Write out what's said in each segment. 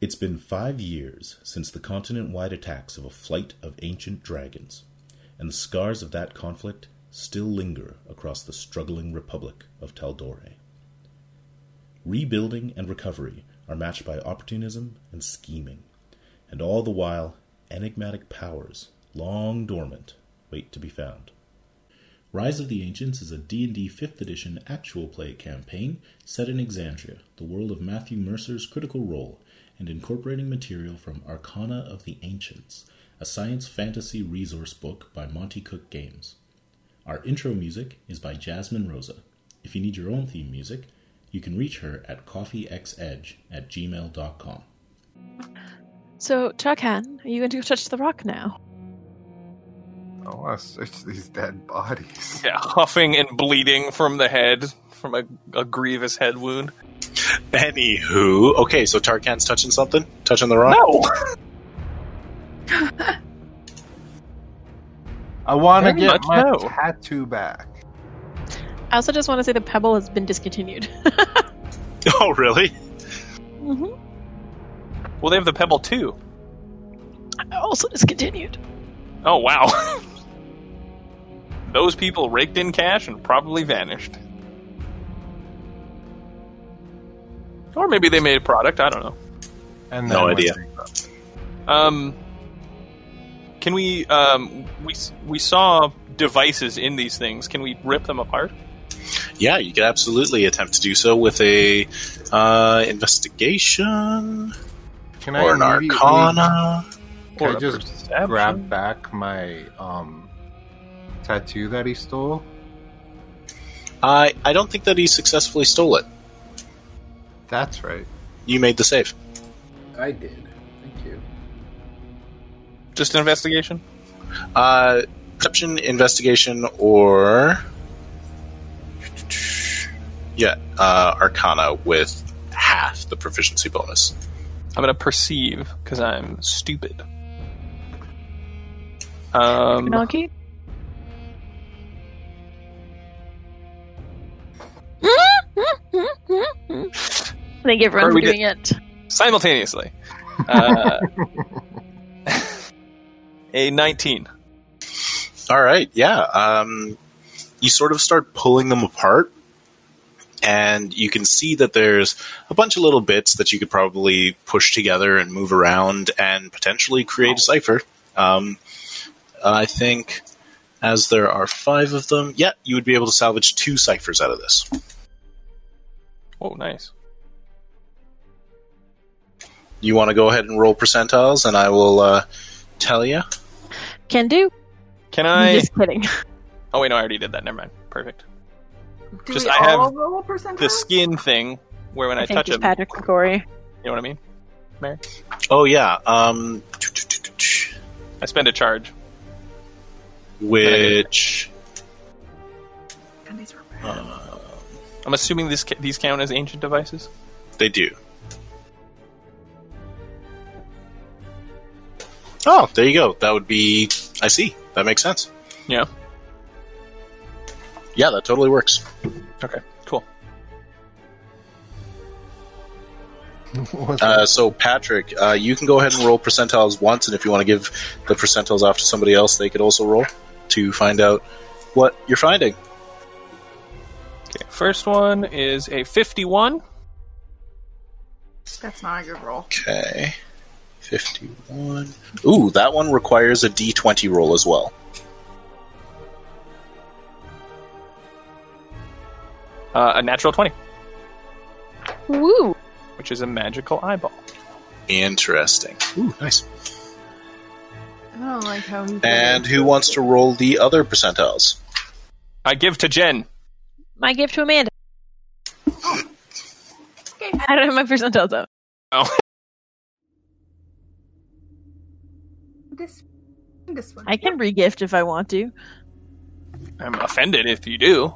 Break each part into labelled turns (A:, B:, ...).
A: It's been five years since the continent wide attacks of a flight of ancient dragons, and the scars of that conflict still linger across the struggling Republic of Tal'Dorei. Rebuilding and recovery are matched by opportunism and scheming, and all the while, enigmatic powers, long dormant, wait to be found. Rise of the Ancients is a D&D 5th edition actual play campaign set in Exandria, the world of Matthew Mercer's Critical Role, and incorporating material from Arcana of the Ancients, a science fantasy resource book by Monty Cook Games. Our intro music is by Jasmine Rosa. If you need your own theme music, you can reach her at coffeexedge at gmail.com.
B: So, Tarkan, are you going to go touch the rock now?
C: Oh, I want to search these dead bodies.
D: Yeah, huffing and bleeding from the head, from a, a grievous head wound.
E: Anywho, okay, so Tarkan's touching something, touching the rock.
D: No!
C: I want to
D: Very
C: get
D: much
C: my
D: no.
C: tattoo back.
B: I also just want to say the pebble has been discontinued.
E: Oh, really?
B: hmm
D: Well, they have the pebble too.
B: Also discontinued.
D: Oh wow. Those people raked in cash and probably vanished. Or maybe they made a product, I don't know.
C: And
E: No
C: then
E: idea.
C: what's-
D: Um, can we? Um, we we saw devices in these things. Can we rip them apart?
E: Yeah, you could absolutely attempt to do so with a uh, investigation
C: Can I
E: or an
C: immediately-
E: arcana.
C: Can
D: Or
C: I
D: a
C: just
D: perception?
C: grab back my um tattoo that he stole?
E: I I don't think that he successfully stole it.
C: That's right.
E: You made the save.
C: I did. Thank you.
D: Just an investigation.
E: Uh, perception, investigation, or yeah, uh, arcana with half the proficiency bonus.
D: I'm gonna perceive because I'm stupid. Um,
B: Nagi? I think everyone
D: Or
B: for
D: we did-
B: doing it.
D: simultaneously. Uh, a 19.
E: All right, yeah. Um, you sort of start pulling them apart, and you can see that there's a bunch of little bits that you could probably push together and move around and potentially create a cipher. Um, I think, as there are five of them, yeah, you would be able to salvage two ciphers out of this.
D: Oh, nice.
E: You want to go ahead and roll percentiles, and I will uh, tell you.
B: Can do.
D: Can
B: I'm
D: I?
B: just kidding.
D: Oh wait, no, I already did that. Never mind. Perfect.
F: Do
D: Just
F: we
D: I
F: all
D: have
F: roll percentiles?
D: The skin thing, where when I,
B: I think
D: touch
B: it's
D: him,
B: Patrick and Corey.
D: you know what I mean.
E: Oh yeah, um,
D: I spend a charge.
E: which
F: And these were bad.
E: uh,
D: I'm assuming this, ca- these count as ancient devices.
E: they do. Oh, there you go. That would be. I see. That makes sense.
D: Yeah.
E: Yeah, that totally works.
D: Okay. Cool.
C: What's-
E: Uh, so, Patrick, uh, you can go ahead and roll percentiles once, and if you want to give the percentiles off to somebody else, they could also roll to find out what you're finding.
D: Okay. First one is a 51.
F: That's not a good roll.
E: Okay. 51. Ooh, that one requires a d20 roll as well.
D: Uh, a natural 20,
B: Woo!
D: which is a magical eyeball.
E: Interesting. Ooh, nice.
F: I don't like how he.
E: And who wants to roll the other percentiles?
D: I give to Jen.
B: My gift to Amanda.
F: Okay.
B: I don't have my percentiles up.
D: Oh.
F: This. This one.
B: I can regift if I want to.
D: I'm offended if you do.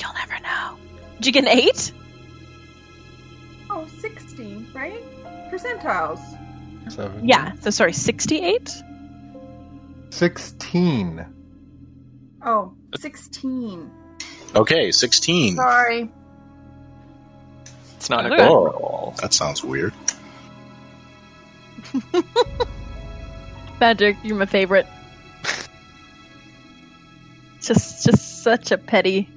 B: You'll never know. Did you get an eight?
F: Oh, 16, right? Percentiles.
C: Seven.
B: Yeah. So sorry, sixty-eight.
C: Sixteen.
F: Oh, 16.
E: Okay, 16.
F: Sorry.
D: It's not a
B: Okay.
D: door at all.
E: That sounds weird.
B: Magic, you're my favorite. just, just such a petty,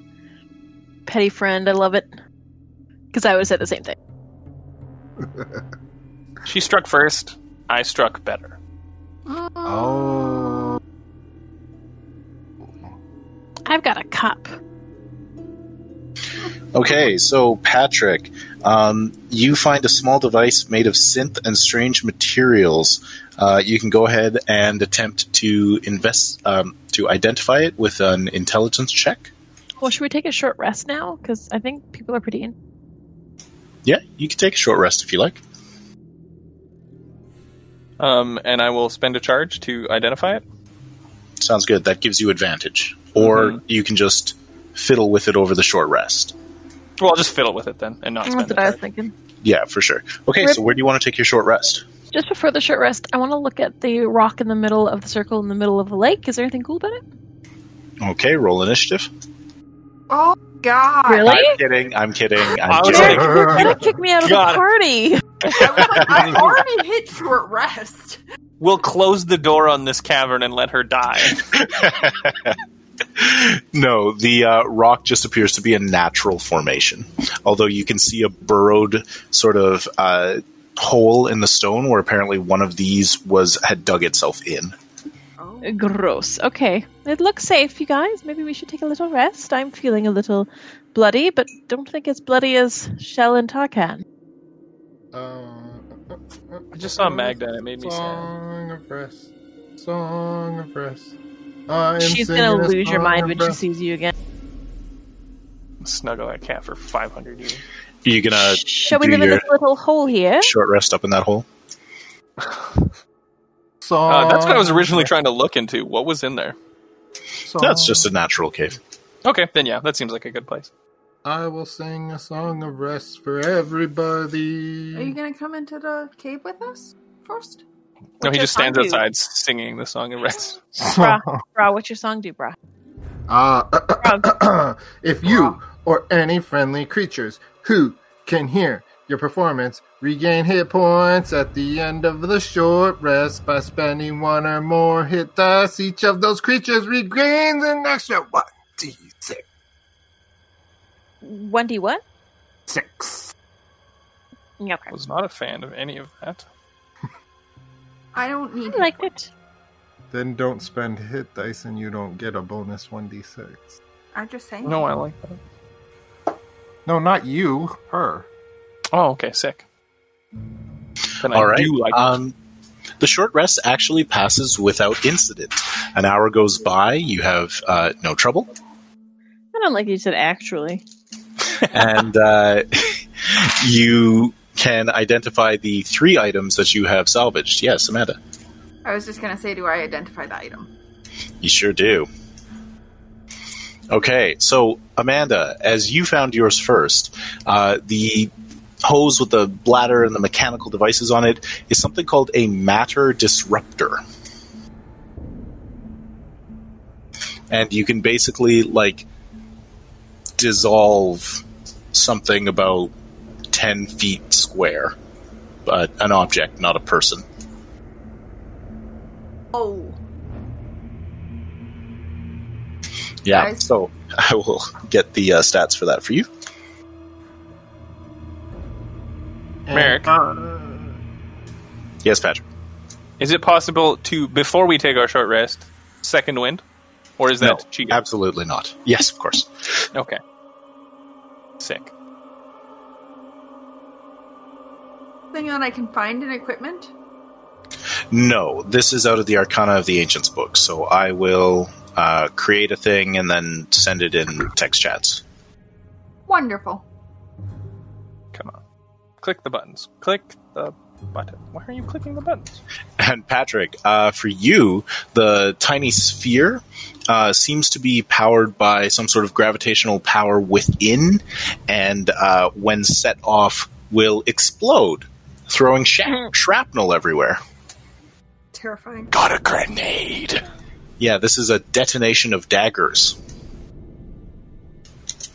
B: petty friend. I love it. Because I would have said the same thing.
D: She struck first. I struck better.
C: Uh, Oh.
B: I've got a cup.
E: Okay, so Patrick, um, you find a small device made of synth and strange materials. Uh, you can go ahead and attempt to invest um, to identify it with an intelligence check.
B: Well, should we take a short rest now? Because I think people are pretty in.
E: Yeah, you can take a short rest if you like.
D: Um, and I will spend a charge to identify it.
E: Sounds good. That gives you advantage, or
D: Mhm.
E: you can just fiddle with it over the short rest.
D: Well, I'll just fiddle with it then, and not
B: That's
D: spend
B: what
D: it.
B: I was thinking.
E: Yeah, for sure. Okay,
B: Rip.
E: so where do you want to take your short rest?
B: Just before the short rest, I want to look at the rock in the middle of the circle in the middle of the lake. Is there anything cool about it?
E: Okay, roll initiative.
F: Oh God!
B: Really?
E: I'm kidding. I'm kidding. I'm
D: I was
E: kidding.
B: Eric, you're gonna kick me out of
D: God.
B: the party.
F: I already hit short rest.
D: We'll close the door on this cavern and let her die.
E: no, the uh, rock just appears to be a natural formation. Although you can see a burrowed sort of uh, hole in the stone where apparently one of these was had dug itself in.
F: Oh.
B: Gross. Okay. It looks safe, you guys. Maybe we should take a little rest. I'm feeling a little bloody, but don't think it's bloody as Shell and Tarkan.
D: I just saw Magda and it made me sad.
C: Song of rest. Song of rest. I am
B: She's
C: singing
B: gonna
C: a
B: lose your
C: song
B: mind
C: of
B: when she
C: rest.
B: sees you again.
D: Snuggle that cat for 500 years.
E: Are you gonna
B: Shall we
E: do
B: live in
E: your-
B: this little hole here?
E: short rest up in that hole?
C: Song.
D: Uh, that's what I was originally trying to look into. What was in there?
E: No, it's just a natural cave.
D: Okay, then yeah, that seems like a good place.
C: I will sing a song of rest for
B: Mm.
F: Are you
C: everybody.
F: gonna come into the cave with us first?
D: No,
B: What's
D: he
B: your
D: just stands
B: song do?
D: outside singing the song and rest.
B: Bruh, bruh, what's your song do, bruh?
C: Ah, Uh, if you or any friendly creatures who can hear your performance regain hit points at the end of the short rest by spending one or more hit dice, each of those creatures regains an extra one d six.
B: Wendy, what?
C: Six.
B: Okay.
D: I was not a fan of any of that.
F: I don't need.
B: I liked it.
C: Then don't spend hit dice and you don't get a bonus one d six.
F: I'm just saying.
D: No, I like that.
C: No, not you. Her.
D: Oh, okay, sick. Then I
E: All right.
D: do like
E: um, the short rest actually passes without incident. An hour goes by. You have uh, no trouble.
B: I don't like you said actually.
E: and uh, you can identify the three items that you have salvaged. Yes, Amanda,
F: I was just gonna say, do I identify the item?
E: you sure do. Okay, so Amanda, as you found yours first, uh, the hose with the bladder and the mechanical devices on it is something called a matter disruptor. And you can basically like dissolve something about 10 feet square, but an object, not a person.
F: Oh,
E: Yeah,
F: Nice.
E: so I will get the uh, stats for that for you.
D: Merrick.
C: Uh,
E: Yes, Patrick.
D: Is it possible to before we take our short rest, second wind, or is that
E: No,
D: cheating?
E: absolutely not. Yes, of course.
D: okay. Sick.
F: something that I can find in equipment.
E: No, this is out of the Arcana of the Ancients book, so I will uh, create a thing and then send it in text chats.
F: Wonderful.
D: Come on. Click the buttons. Click the button. Why are you clicking the buttons?
E: And Patrick, uh, for you, the tiny sphere uh, seems to be powered by some sort of gravitational power within, and uh, when set off, will explode, throwing sha- shrapnel everywhere.
F: Terrifying.
E: Got a grenade! Yeah, this is a detonation of daggers.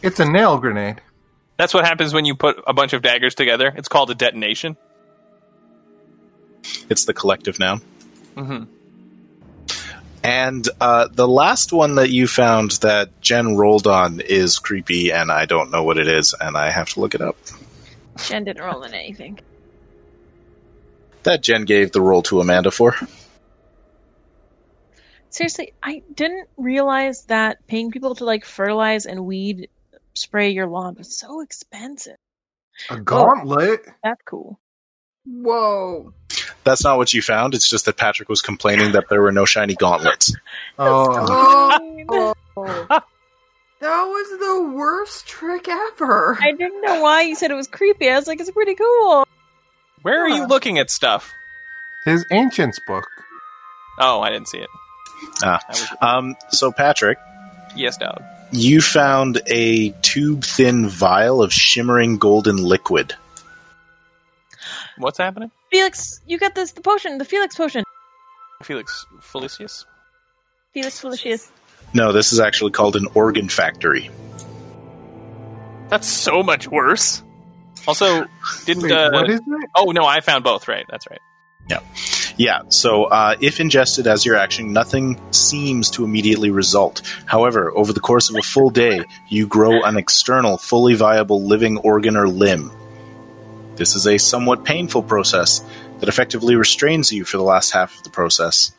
C: it's a nail grenade.
D: That's what happens when you put a bunch of daggers together. It's called a detonation.
E: It's the collective noun.
D: hmm
E: And uh, the last one that you found that Jen rolled on is creepy, and I don't know what it is, and I have to look it up.
B: Jen didn't roll in anything.
E: That Jen gave the roll to Amanda for.
B: Seriously, I didn't realize that paying people to like fertilize and weed spray your lawn was so expensive.
C: A gauntlet?
B: That's cool.
F: Whoa.
E: That's not what you found. It's just that Patrick was complaining that there were no shiny gauntlets.
C: Oh,
F: Oh,
B: Oh.
F: that was the worst trick ever.
B: I didn't know why you said it was creepy. I was like, it's pretty cool.
D: Where are
F: Huh.
D: you looking at stuff?
C: his ancients book.
D: Oh, I didn't see it.
E: Ah.
D: I was-
E: Um, so, Patrick,
D: yes, dog.
E: you found a tube thin vial of shimmering golden liquid.
D: What's happening?
B: Felix, you got this the potion, the Felix potion.
D: Felix Felicius?
B: Felix Felicius.
E: No, this is actually called an organ factory.
D: That's so much worse. Also, didn't.
C: Wait,
D: uh,
C: what is it?
D: oh, no, I found both, right? That's right.
E: Yeah, so uh, if ingested as your action, nothing seems to immediately result. However, over the course of a full day, you grow an external, fully viable living organ or limb. This is a somewhat painful process that effectively restrains you for the last half of the process.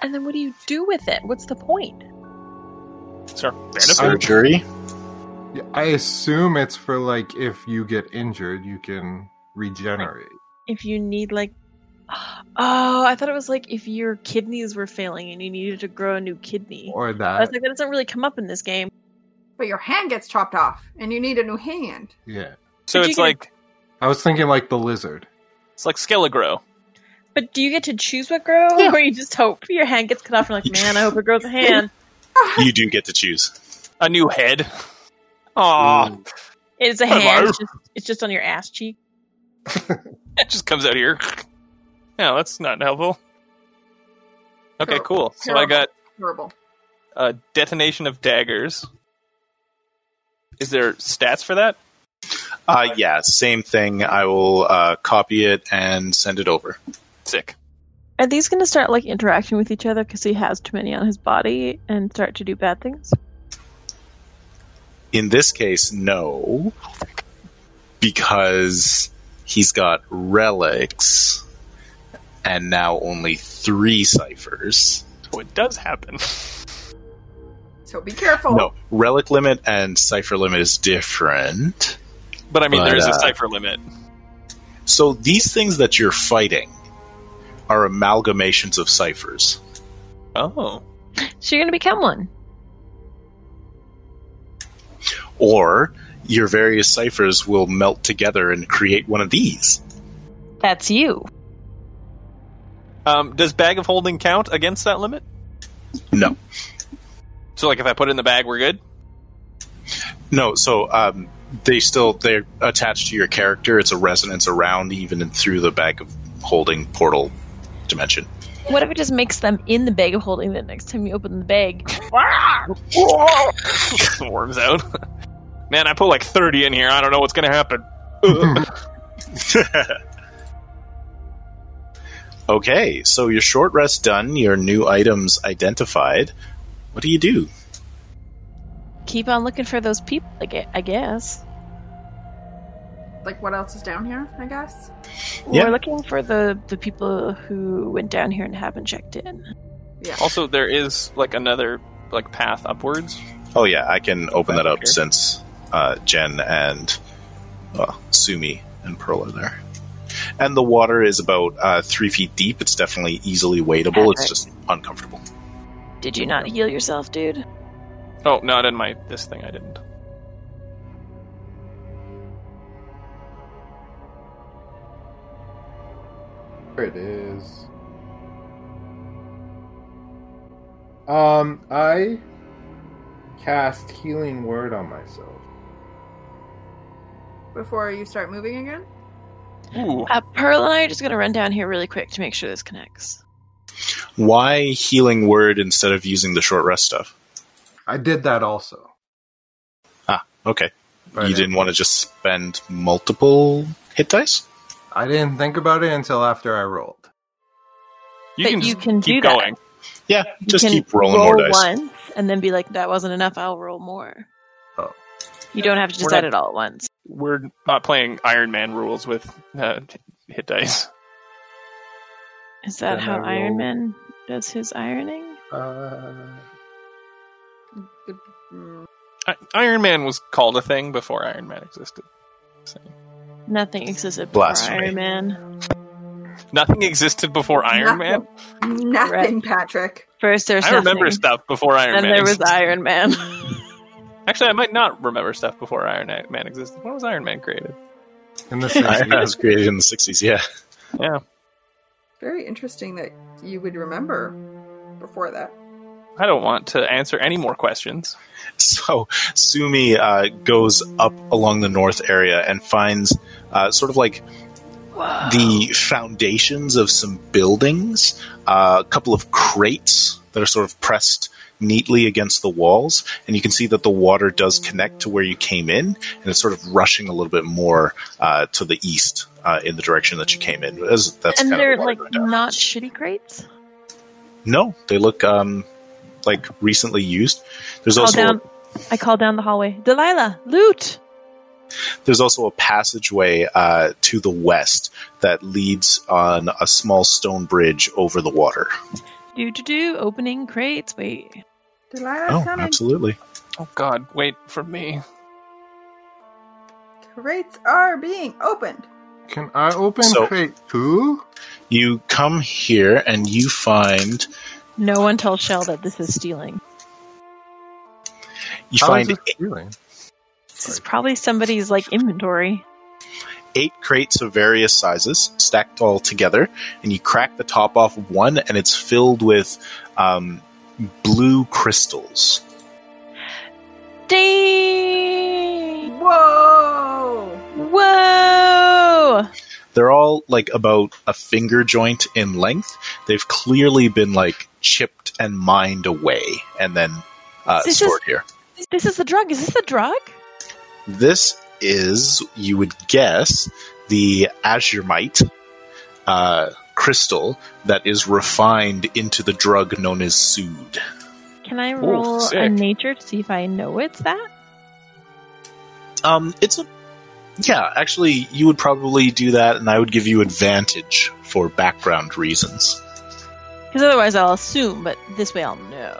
B: And then what do you do with it? What's the point?
D: Sir, benefit.
E: Surgery?
C: Yeah, I assume it's for like if you get injured, you can regenerate.
B: If you need like Oh, I thought it was like if your kidneys were failing and you needed to grow a new kidney.
C: Or
B: I was
C: that.
B: like, that doesn't really come up in this game.
F: But your hand gets chopped off, and you need a new hand.
C: Yeah.
D: so
B: Did you
D: it's
B: get-
D: like
C: I was thinking like the lizard.
D: it's like Skelligro.
B: But do you get to choose what grows,
E: Yeah.
B: or you just hope your hand gets cut off? And like, man, I hope it grows a hand.
E: You do get to choose.
D: A new head. Aw,
B: It's a
D: Hello.
B: hand. It's just, it's just on your ass cheek.
D: it just comes out here. No, that's not helpful. Okay, cool. So I got
F: Horrible.
D: a detonation of daggers. Is there stats for that?
E: Uh, yeah, same thing. I will uh, copy it and send it over.
D: Sick.
B: Are these going to start like interacting with each other because he has too many on his body and start to do bad things?
E: In this case, no, because he's got relics and now only three ciphers.
D: Oh, it does happen.
F: So be careful.
E: No, relic limit and cipher limit is different.
D: But I mean,
E: But,
D: there is a
E: uh,
D: cipher limit.
E: So these things that you're fighting are amalgamations of ciphers.
D: Oh.
B: So you're going to become one.
E: Or your various ciphers will melt together and create one of these.
B: That's you.
D: Um, does bag of holding count against that limit?
E: No.
D: So, like, if I put it in the bag, we're good.
E: No, so um, they still they're attached to your character. It's a resonance around even and through the bag of holding portal dimension.
B: What if it just makes them in the bag of holding that next time you open the bag?
D: Swarms out. Man, I put like thirty in here. I don't know what's gonna happen.
E: okay, so your short rest done, your new items identified. What do you do?
B: Keep on looking for those people, I gue- I guess.
F: Like, what else is down here, I guess?
E: Yeah.
B: We're looking for the, the people who went down here and haven't checked in.
F: Yeah.
D: Also, there is like another like path upwards.
E: Oh yeah, I can open that up
D: Okay.
E: since uh, Jen and well, Sumi and Pearl are there. And the water is about uh, three feet deep. It's definitely easily wadable. It's
B: Patrick.
E: just uncomfortable.
B: Did you not heal yourself, dude?
D: Oh, not in my this thing. I didn't.
C: There it is. Um, I cast healing word on myself.
F: Before you start moving again?
D: Ooh,
B: Uh, Pearl and I are just going to run down here really quick to make sure this connects.
E: Why healing word instead of using the short rest stuff?
C: I did that also.
E: Ah, okay.
C: But
A: you didn't want to just spend multiple hit dice?
C: I didn't think about it until after I rolled.
D: You
B: But
D: can
B: you
D: just
B: can
D: keep
B: do that.
D: going.
A: Yeah,
B: You
A: just
B: can
A: keep rolling
B: roll
A: more dice.
B: once and then be like, that wasn't enough. I'll roll more.
C: Oh.
B: You don't have to
D: We're
B: decide
D: not-
B: it all at once.
D: We're not playing Iron Man rules with uh, hit dice.
B: Is that
C: Then
B: how
C: I
B: Iron
C: roll-
B: Man does his ironing?
C: Uh,
D: I- Iron Man was called a thing before Iron Man existed. So,
B: Nothing existed before
A: Blasphemy.
B: Iron Man.
D: nothing existed before Iron Man.
F: Nothing, Patrick.
B: First, there's
D: I remember
B: nothing,
D: stuff before Iron
B: Then
D: Man.
B: there was
D: existed.
B: Iron Man.
D: Actually, I might not remember stuff before Iron Man existed. When was Iron Man created?
C: in the
A: Iron Man
C: 60s.
A: was created in the 60s, yeah.
D: Yeah,
F: Very interesting that you would remember before that.
D: I don't want to answer any more questions.
A: So Sumi uh, goes up along the north area and finds uh, sort of like the foundations of some buildings, uh, a couple of crates that are sort of pressed neatly against the walls, and you can see that the water does connect to where you came in, and it's sort of rushing a little bit more uh, to the east uh, in the direction that you came in. As- that's
B: and
A: kind of the
B: they're
A: water
B: like
A: going down.
B: not shitty crates.
A: No, they look um, like recently used. There's
B: Call
A: also a-
B: down. I call down the hallway. Delilah, loot.
A: There's also a passageway uh, to the west that leads on a small stone bridge over the water.
B: Do do do. Opening crates. Wait.
F: Delilah's
A: oh,
F: coming.
A: absolutely.
D: Oh God, wait for me.
F: Crates are being opened.
C: Can I open
A: So-
C: crate two?
A: You come here and you find
B: No one tells Shell that this is stealing.
A: you
C: How
A: find
C: is this
A: eight,
C: feeling?
B: This is probably somebody's like inventory.
A: eight crates of various sizes stacked all together, and you crack the top off of one, and it's filled with um, blue crystals.
B: Dang!
F: Whoa!
B: Whoa!
A: They're all like about a finger joint in length. They've clearly been like chipped and mined away, and then uh,
B: This is-
A: stored here.
B: This is the drug. Is this the drug?
A: This is, you would guess, the azurite uh, crystal that is refined into the drug known as sood.
B: Can I
D: Ooh,
B: roll a
D: sick.
B: nature to see if I know it's that?
A: Um, it's a yeah. Actually, you would probably do that, and I would give you advantage for background reasons.
B: Because otherwise I'll assume, but this way I'll know.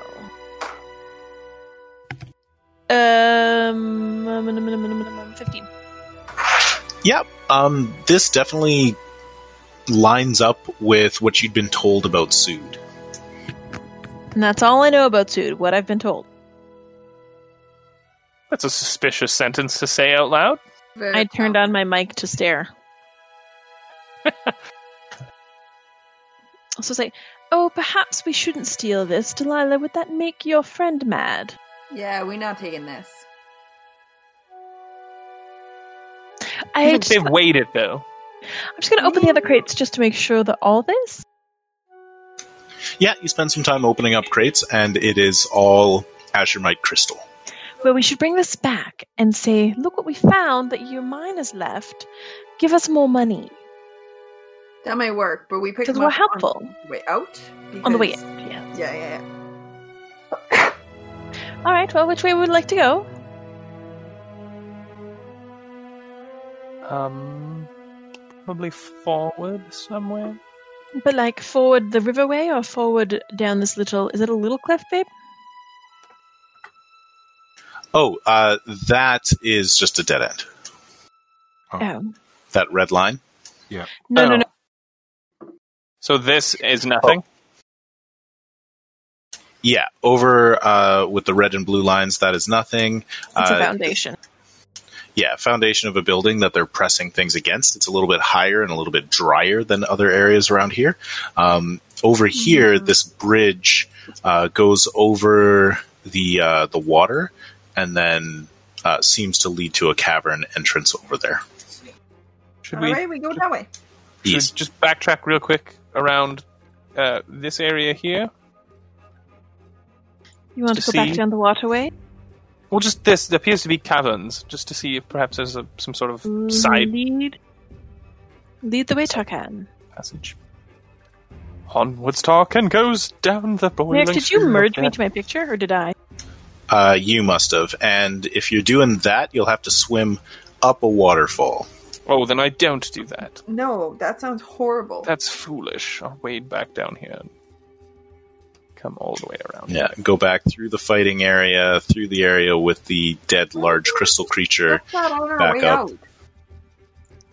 B: Um, um, um, um, um, um, um, um, 15.
A: Um, this definitely lines up with what you'd been told about sood.
B: And that's all I know about Sood, what I've been told.
D: That's a suspicious sentence to say out loud.
F: Very
B: I turned on my mic to stare. so it's like, oh, perhaps we shouldn't steal this. Delilah, would that make your friend mad?
F: Yeah, we're not taking this.
B: I
D: I think
B: just,
D: they've
B: I'm
D: weighed it though.
B: just going to open the other crates just to make sure that all this.
A: Yeah, you spend some time opening up crates, and it is all azurite crystal.
B: Well, we should bring this back and say, look what we found that your miners left. Give us more money.
F: That might work, but we picked
B: Because
F: them
B: we're
F: up
B: helpful.
F: on the way out.
B: On the way
F: because-
B: in. Yeah.
F: Yeah, yeah, yeah.
B: All right, well, which way would you like to go?
D: Um, probably forward somewhere.
B: But like forward the river way or forward down this little. Is it a little cleft, babe?
A: Oh, uh, that is just a dead end.
B: Oh.
A: That red line.
B: No, no,
D: Oh.
B: no.
D: So this is nothing.
A: Yeah, over uh, with the red and blue lines, that is nothing.
B: It's a
A: Uh,
B: foundation.
A: yeah, foundation of a building that they're pressing things against. It's a little bit higher and a little bit drier than other areas around here. Um, over here, this bridge uh, goes over the uh, the water and then uh, seems to lead to a cavern entrance over there.
D: Should
F: All
D: we
F: right, we go that way.
D: should we
A: Yes.
D: just backtrack real quick around uh, this area here?
B: You want
D: to
B: to go back
D: see-
B: down the waterway?
D: Well, just this. There appears to be caverns, just to see if perhaps there's a, some sort of side
B: Lead, lead the way, Tarkan.
D: passage. Onwards, Tarkin goes down the boiling.
B: Nick, did you
D: stream of
B: merge me
D: death.
B: to my picture, or did I?
A: Uh, you must have. And if you're doing that, you'll have to swim up a waterfall.
D: Oh, then I don't do that.
F: No, that sounds horrible.
D: That's foolish. I'll wade back down here and come all the way around.
A: Yeah, go back through the fighting area, through the area with the dead large crystal creature.
F: That's not on our
A: Back
F: way
A: up.
F: out.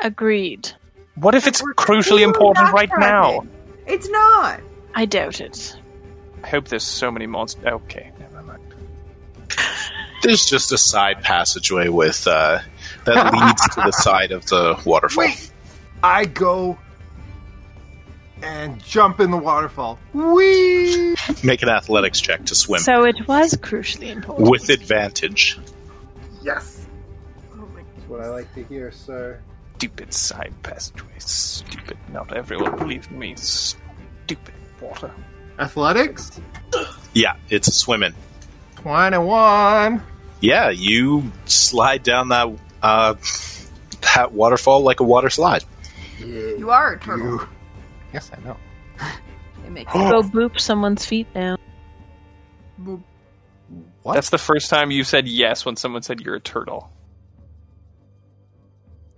B: Agreed.
D: What if it's
F: We're
D: crucially
F: still
D: important right now?
F: backtracking. It's not.
B: I doubt it.
D: I hope there's so many monsters. Okay, never mind.
A: There's just a side passageway with uh, that leads to the side of the waterfall.
C: Wait, I go and jump in the waterfall. Whee!
A: Make an athletics check to swim
B: So it was crucially important.
A: with advantage.
C: Yes,
F: Oh my
C: that's what I like to hear, sir.
D: Stupid side passageway. Stupid. Not everyone believed me. Stupid water.
C: Athletics
A: Yeah, it's swimming.
C: twenty-one.
A: Yeah, you slide down that uh, that waterfall like a water slide.
F: You are a turtle.
C: You. Yes, I know.
F: It makes
B: Go boop someone's feet now.
F: Boop.
C: What?
D: That's the first time you said yes when someone said you're a turtle.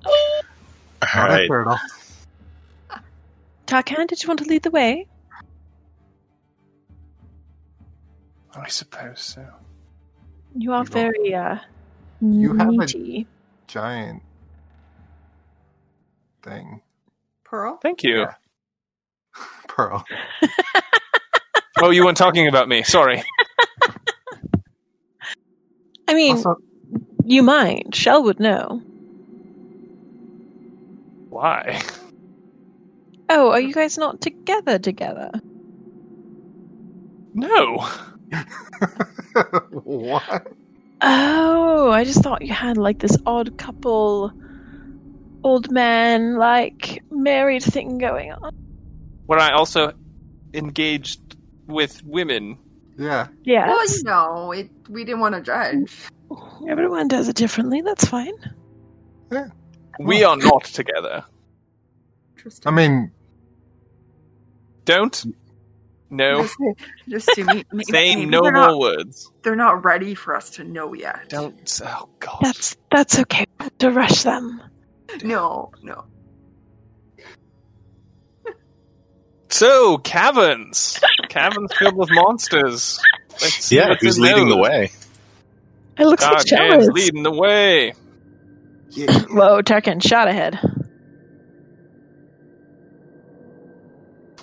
A: All
C: Not a
A: right.
C: turtle.
B: Tarkan, did you want to lead the way?
D: I suppose so.
B: You are
C: You don't-
B: very uh,
C: You have a-
B: meaty.
C: Giant thing.
F: Pearl?
D: Thank you.
C: Yeah. Pearl.
D: Oh, you weren't talking about me. Sorry.
B: I mean,
C: Also,
B: you mind. Shell would know.
D: Why?
B: Oh, are you guys not together together?
D: No.
C: what?
B: Oh, I just thought you had like this odd couple, old man, like married thing going on.
D: When I also engaged with women.
C: Yeah.
B: Yeah.
F: Well, you know, it, we didn't want to judge.
B: Everyone does it differently. That's fine.
D: We are not together.
F: Interesting.
C: I mean,
D: Don't. No.
F: Just, just to me, maybe,
D: Say
F: maybe
D: no
F: they're
D: more
F: not,
D: words.
F: They're not ready for us to know yet.
D: Don't. Oh, God.
B: That's that's okay. To rush them.
F: No, no.
D: So, caverns. caverns filled with monsters. Let's see
A: Yeah,
D: what's
A: who's
D: in
A: leading the
D: those.
A: way?
B: It looks
C: Ah,
B: like
D: Tarkan's
B: jealous.
D: leading the way.
C: yeah.
B: Whoa, Tarkin shot ahead.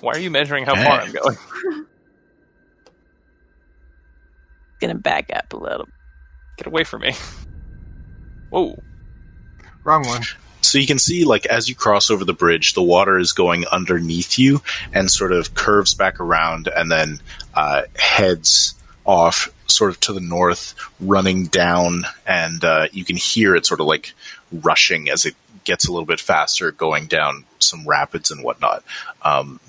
D: Why are you measuring how far I'm going?
B: Gonna back up a little.
D: Get away from me. Whoa.
C: wrong one.
A: So you can see, like, as you cross over the bridge, the water is going underneath you and sort of curves back around and then uh, heads off sort of to the north, running down, and uh, you can hear it sort of like rushing as it gets a little bit faster, going down some rapids and whatnot. Um,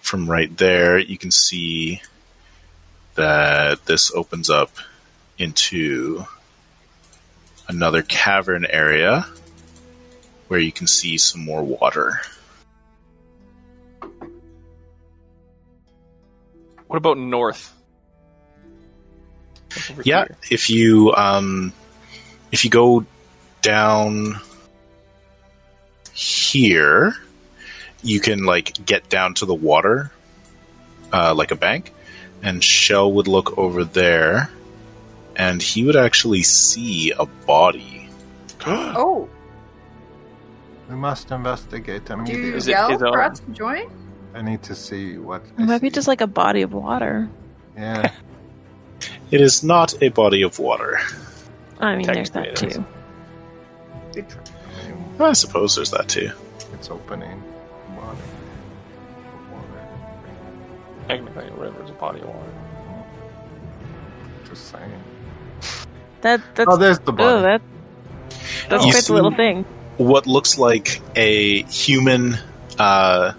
A: from right there, you can see that this opens up into another cavern area where you can see some more water.
D: What about north? Over
A: Yeah,
D: here.
A: if you um, if you go down here, you can like get down to the water, uh, like a bank, and Shell would look over there, and he would actually see a body.
F: Oh,
C: We must investigate
F: do you
C: immediately.
D: Is it
F: yell
D: his
F: for
D: own?
F: us to join?
C: I need to see what. I
B: It might be
C: see.
B: just like a body of water.
C: Yeah.
A: It is not a body of water.
B: I mean, there's
D: Technically
B: that
D: it is.
B: too.
C: I mean,
A: I suppose there's that too.
C: it's opening. Water. Water.
D: Technically, a river is a body of water.
C: Just saying.
B: That that's
C: oh, there's the
B: oh,
C: body.
B: that that's
A: You
B: quite
A: see-
B: the little thing.
A: what looks like a human, uh,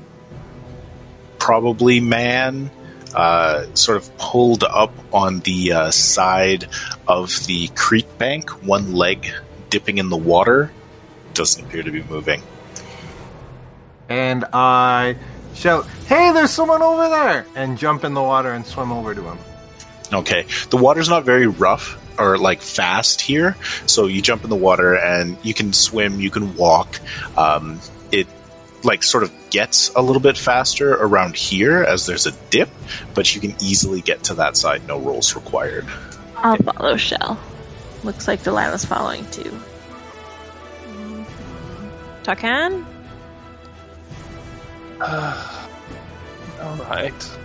A: probably man,
E: uh, sort of pulled up on the uh, side of the creek bank, one leg dipping in the water. Doesn't appear to be moving.
C: And I shout, Hey, there's someone over there! And jump in the water and swim over to him.
E: Okay. The water's not very rough or like fast here, so you jump in the water and you can swim, you can walk. Um, it like sort of gets a little bit faster around here as there's a dip, but you can easily get to that side, no rolls required.
B: I'll follow Shell. Looks like Delilah's following too. Takan?
D: All right.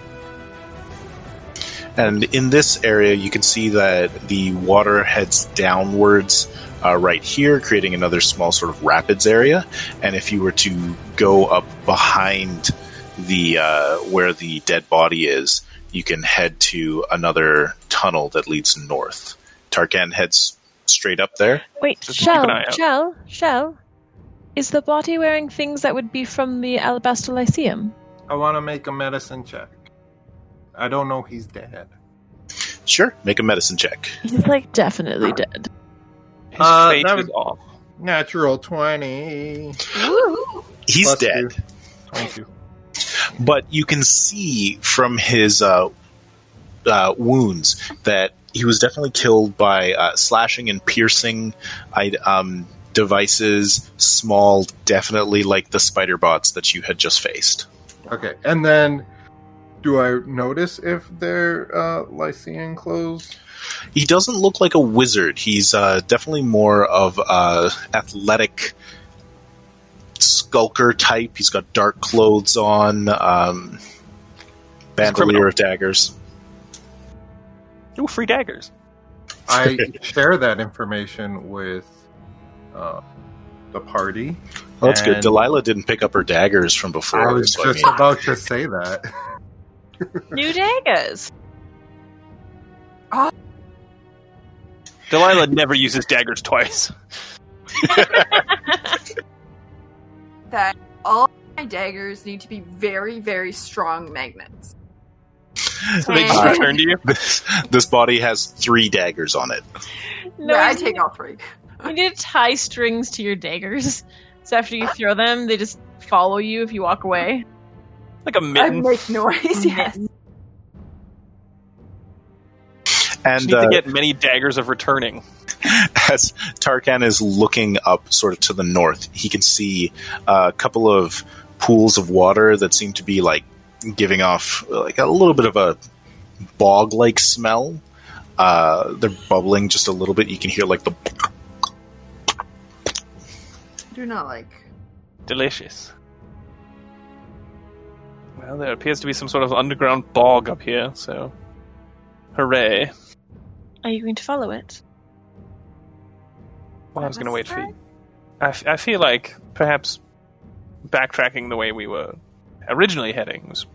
E: And in this area, you can see that the water heads downwards uh, right here, creating another small sort of rapids area. And if you were to go up behind the uh, where the dead body is, you can head to another tunnel that leads north. Tarkan heads straight up there.
B: Wait,
D: Just keep
B: Shell,
D: an eye out.
B: Shell, Shell. Is the body wearing things that would be from the Alabaster Lyceum?
C: I want to make a medicine check. I don't know he's dead.
E: Sure, make a medicine check.
B: He's like definitely dead.
D: His
C: Uh,
D: fate
C: that
D: is
C: was-
D: off.
C: Natural 20.
F: Ooh.
E: He's
C: Plus
E: dead.
C: two. 22.
E: but you can see from his uh, uh, wounds that he was definitely killed by uh, slashing and piercing I- um, devices, small, definitely like the spider bots that you had just faced.
C: Okay, and then do I notice if they're uh, Lycian clothes?
E: He doesn't look like a wizard. He's uh, definitely more of a athletic skulker type. He's got dark clothes on, um, bandolier
D: criminal.
E: of daggers.
D: Ooh, free daggers.
C: I share that information with uh, the party.
E: Well, Oh, that's good.
C: And-
E: Delilah didn't pick up her daggers from before.
C: I was
E: so
C: just
E: I mean,
C: about to say that.
B: New daggers.
D: Delilah never uses daggers twice.
F: That all my daggers need to be very, very strong magnets.
D: They just
E: All right.
D: return to you.
E: this, this body has three daggers on it.
B: No,
F: yeah, I
B: you
F: take all three.
B: need- You need to tie strings to your daggers. So after you throw them, they just follow you if you walk away.
D: Like a
F: I
D: mitten.
F: make noise. Yes.
D: She
E: And
D: needs
E: uh,
D: to get many daggers of returning.
E: as Tarkan is looking up, sort of to the north, he can see uh, a couple of pools of water that seem to be like giving off like a little bit of a bog-like smell. Uh, they're bubbling just a little bit. You can hear like the
F: Do not like.
D: Delicious. Well, there appears to be some sort of underground bog up here, so. Hooray.
B: Are you going to follow it?
D: Well, I was going to wait for you. I, f- I feel like perhaps backtracking the way we were originally heading was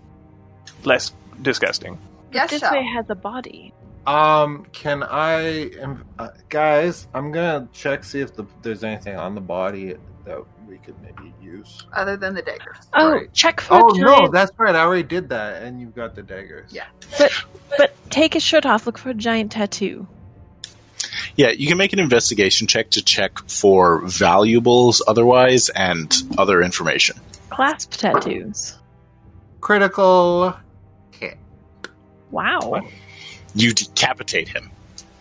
D: less disgusting.
F: Yes,
B: this
F: Shell.
B: way has a body.
C: Um, can I, um, uh, guys? I'm gonna check see if the, there's anything on the body that we could maybe use.
F: Other than the daggers.
B: Oh,
C: Right.
B: check for
C: Oh
B: a
C: no,
B: giant.
C: that's right. I already did that, and you've got the daggers.
F: Yeah.
B: but take his shirt off. Look for a giant tattoo.
E: Yeah, you can make an investigation check to check for valuables otherwise and other information.
B: Clasp tattoos.
C: Critical hit.
B: Wow.
E: You decapitate him.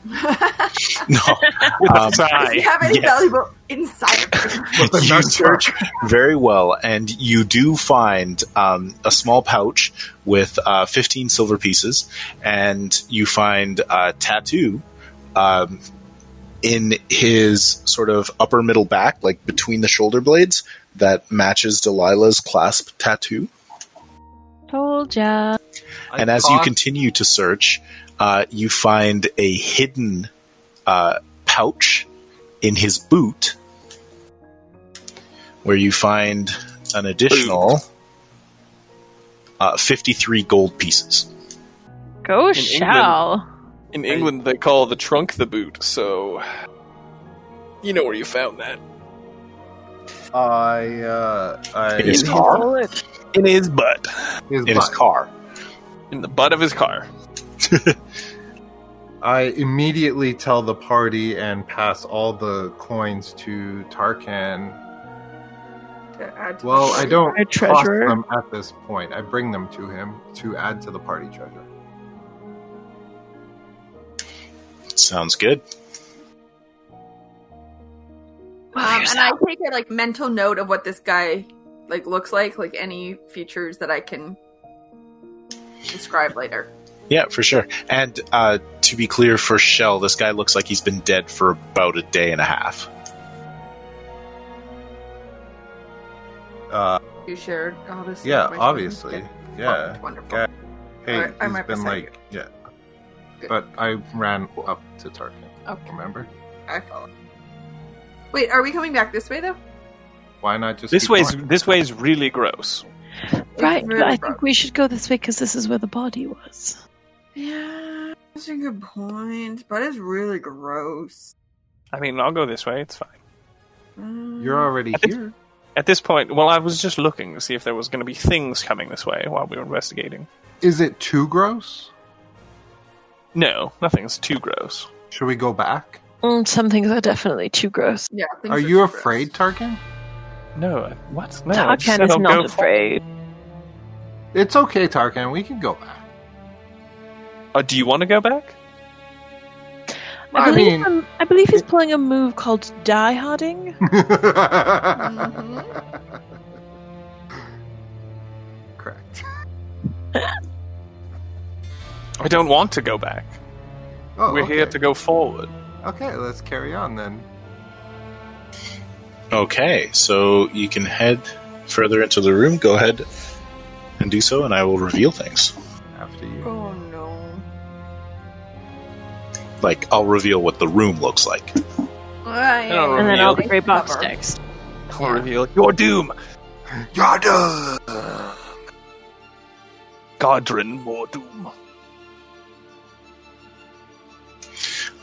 E: No.
D: With
E: Um,
D: a
F: Does
D: sigh.
F: he have any
E: yes.
F: valuable inside of him?
E: you search very well, and you do find um, a small pouch with uh, 15 silver pieces, and you find a tattoo um, in his sort of upper middle back, like between the shoulder blades, that matches Delilah's clasp tattoo.
B: Told ya.
C: I
E: and as you
C: cough-
E: continue to search, uh, you find a hidden uh, pouch in his boot, where you find an additional uh, fifty-three gold pieces.
B: Go
D: England-
B: shall.
D: In England, they call the trunk the boot, so. You know where you found that.
C: I uh, I
E: It is
C: his,
E: car.
C: uh,
B: Bullet.
D: In his butt.
E: In his
C: butt.
E: car.
D: in the butt of his car.
C: I immediately tell the party and pass all the coins to Tarkan.
F: To add to
C: Well, I don't
B: Our
C: toss
B: treasurer.
C: them at this point. I bring them to him to add to the party treasure.
E: Sounds good.
F: Um, and I take a like mental note of what this guy like looks like, like any features that I can describe later.
E: Yeah, for sure. And uh, to be clear, for Shell, this guy looks like he's been dead for about a day and a half.
C: Uh,
F: You shared all this.
C: yeah,
F: information?
C: obviously.
F: Okay.
C: Yeah.
F: Wonderful.
C: Okay. Hey,
F: Alright, Oh, I
C: he's
F: might
C: been
F: beside
C: like, yeah.
F: Good.
C: But I ran up to Tarkin.
F: Okay.
C: Remember?
F: I follow. Wait, are we coming back this way though?
C: Why not just
D: This
C: keep
D: way's
C: going?
D: this way's really gross.
F: Right,
B: Right, but
F: It's very
B: I
F: broad.
B: think we should go this way because this is where the body was.
F: Yeah, that's a good point, but it's really gross.
D: I mean, I'll go this way. It's fine.
C: You're already
D: I think-
C: here.
D: At this point, well, I was just looking to see if there was going to be things coming this way while we were investigating.
C: Is it too gross?
D: No, nothing's too gross.
C: Should we go back?
B: Mm, some things are definitely too gross.
F: Yeah. things
C: Are you
F: too gross.
C: afraid, Tarkin?
D: No, I- what? No, I just
B: Tarkan
D: said
B: is
D: I'll
B: not
D: go for-
B: afraid.
C: It's okay, Tarkin. We can go back.
D: Oh, do you want to go back?
C: I
B: I believe,
C: mean-
B: um, I believe he's pulling a move called die harding.
C: Correct.
D: I don't want to go back.
C: Oh,
D: We're
C: okay.
D: here to go forward.
C: Okay, let's carry on then.
E: Okay, so you can head further into the room. Go ahead and do so, and I will reveal things.
C: After you.
F: Oh no.
E: Like, I'll reveal what the room looks like.
F: I
D: No,
F: am
B: And then
D: Yeah.
B: all the grey box
F: clever.
B: next.
D: I'll reveal your doom,
F: Oh.
C: Yada!
D: Godrin Mordoom.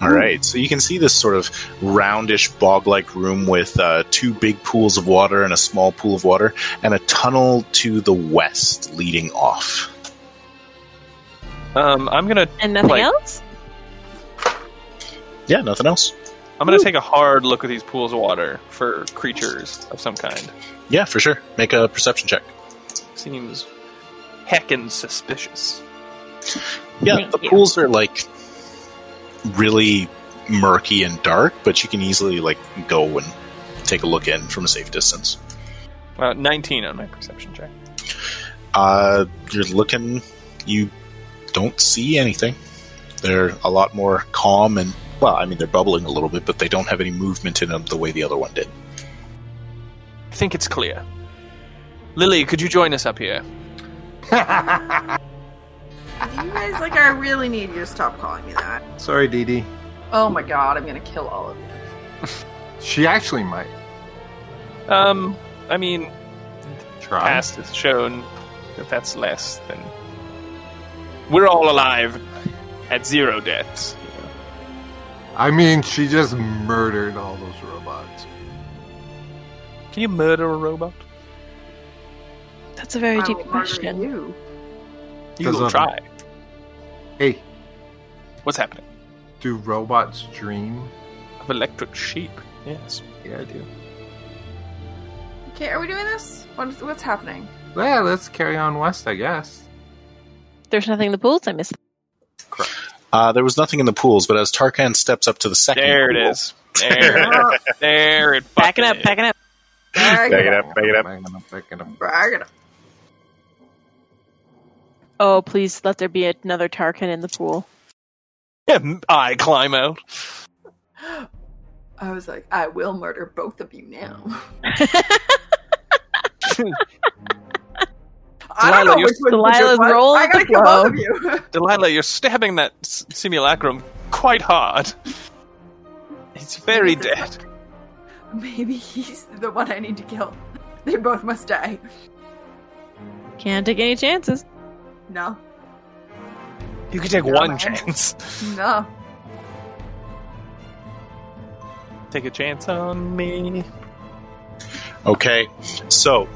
E: All right, so you can see this sort of roundish bob like room with uh, two big pools of water and a small pool of water, and a tunnel to the west leading off.
D: Um, I'm gonna
B: And nothing
D: Like-
B: else?
E: Yeah, nothing else.
D: I'm gonna take a hard look at these pools of water for creatures of some kind.
E: Yeah, for sure. Make a perception check.
D: Seems heckin' suspicious.
E: Yeah,
B: Thank
E: the
B: you.
E: pools are like really murky and dark, but you can easily like go and take a look in from a safe distance.
D: Uh, 19 on my perception check.
E: Uh, you're looking, you don't see anything. They're a lot more calm and well, I mean they're bubbling a little bit, but they don't have any movement in them the way the other one did.
D: I think it's clear. Lily, could you join us up here?
F: You guys, like, I really need you to stop calling me that.
C: Sorry, Dee Dee.
F: Oh my god, I'm gonna kill all of you.
C: She actually might
D: Um, I mean,
C: try.
D: past has shown that that's less than. We're all alive at zero deaths.
C: I mean, she just murdered all those robots.
D: Can you murder a robot?
B: That's a very
F: I
B: deep
F: will murder
B: question.
F: You.
D: You
C: Does
D: will
C: a-
D: try.
C: Hey,
D: What's happening?
C: do robots dream?
D: Of electric sheep. Yes.
C: Yeah, I do.
F: Okay, are we doing this? What is, what's happening?
C: Yeah, let's carry on west, I guess.
B: There's nothing in the pools. I missed.
E: Uh, there was nothing in the pools, but as Tarkan steps up to the second
D: There it
E: pool-
D: is. There, it- there it
B: Backing
D: fucking
B: up,
D: is.
B: backing up.
F: Brag
E: Back
F: it
E: it
F: up.
E: up, back it up.
C: Back it up.
F: Brag it up.
B: Oh, please let there be another Tarkin in the pool.
D: Yeah, I climb out.
F: I was like, I will murder both of you now. I don't know
D: Delilah, you're-
F: which one's the good
B: Delilah's
F: one.
B: rolling
F: I gotta
B: with the
F: kill both
B: flow.
F: of you.
D: Delilah, you're stabbing that s- simulacrum quite hard. It's very dead.
F: Maybe he's the one I need to kill. They both must die.
B: Can't take any chances.
F: No,
D: You can take
F: Yeah,
D: one
F: man.
D: chance.
F: no.
D: Take a chance on me.
E: Okay, so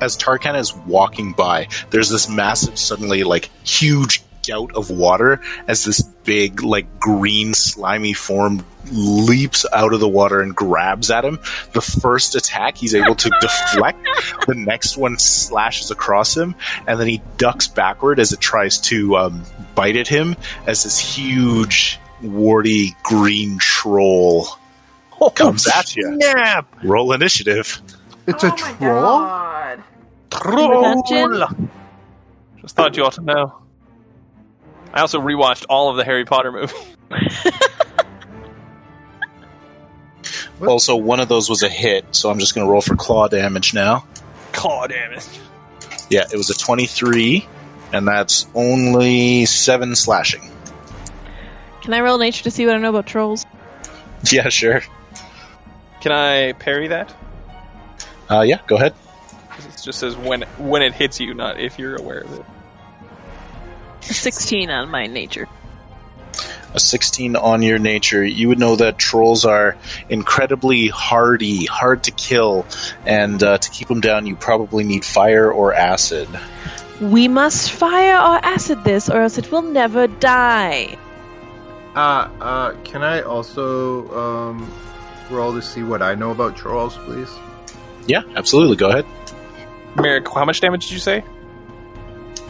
E: as Tarkan is walking by, there's this massive, suddenly like huge gout of water as this big, like green, slimy form leaps out of the water and grabs at him. The first attack he's able to deflect, the next one slashes across him, and then he ducks backward as it tries to um, bite at him as this huge, warty green troll comes at you.
D: Snap!
E: Roll initiative.
C: It's
F: oh
C: a
F: my
C: troll?
F: God.
D: Troll! Just thought you ought to know. I also rewatched all of the Harry Potter movies.
C: What?
E: Also, one of those was a hit, so I'm just going to roll for claw damage now.
D: God damn it.
E: Yeah, it was a 23, and that's only 7 slashing.
B: Can I roll nature to see what I know about trolls?
E: Yeah, sure.
D: Can I parry that?
E: Uh, yeah, go ahead.
D: 'Cause It just says when when it hits you, not if you're aware of it.
B: Sixteen on my nature.
E: A 16 on your nature. You would know that trolls are incredibly hardy, hard to kill, and uh, to keep them down, you probably need fire or acid.
B: We must fire or acid this, or else it will never die.
C: Uh, uh, can I also um, roll to see what I know about trolls, please?
E: Yeah, absolutely. Go ahead.
D: Merrick, how much damage did you say?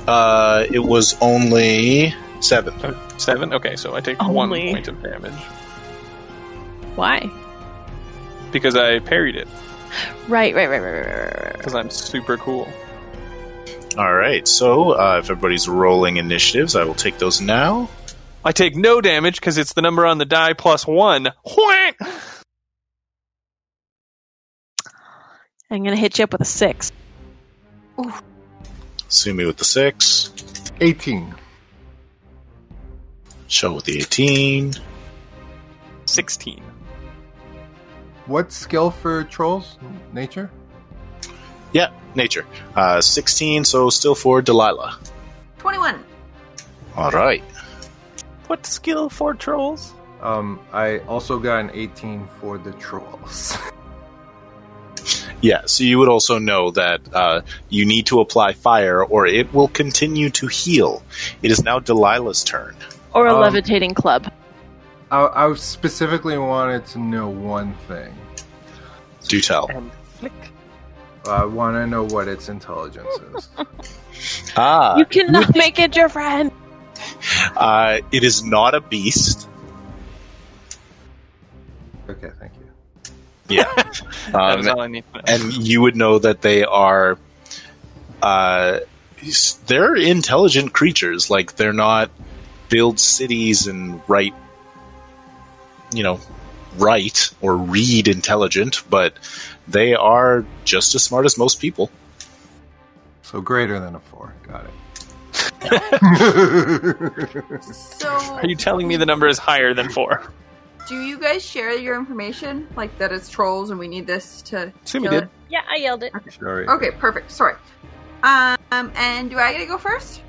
E: Uh, it was only 7.
D: Seven? Okay, so I take one
B: Only.
D: point of damage
B: Why?
D: because I parried it
B: Right, right, right, right, right, right, right, right.
D: because I'm super cool.
E: All right, so uh, if everybody's rolling initiatives, I will take those now.
D: I take no damage because it's the number on the die plus one. Whack!
B: I'm gonna hit you up with a six.
E: Sumi with the 6.
C: 18.
E: Show with the 18.
D: Sixteen.
C: What skill for trolls? Nature?
E: Yeah, nature. Uh, 16, so still for Delilah.
F: 21.
E: All right.
D: What skill for trolls?
C: Um, I also got an 18 for the trolls.
E: Yeah, so you would also know that uh, you need to apply fire or it will continue to heal. It is now Delilah's turn.
B: Or a
C: Um,
B: levitating club.
C: I, I specifically wanted to know one thing.
E: Do tell.
D: And flick.
C: I want to know what its intelligence is.
E: Ah,
B: you cannot make it your friend.
E: uh, it is not a beast.
C: okay, thank you.
E: Yeah.
D: That
E: Um,
D: is all I need to know.
E: and you would know that they are uh s- they're intelligent creatures like they're not build cities and write you know write or read intelligent but they are just as smart as most people
C: So greater than a 4. Got it.
F: So,
D: Are you telling me the number is higher than four?
F: do you guys share your information? Like that it's trolls and we need this to.
D: Sumi
F: kill
D: did.
F: it?
B: Yeah, I yelled it.
C: Sorry.
F: Okay, perfect. Sorry. Um, and do I get to go first?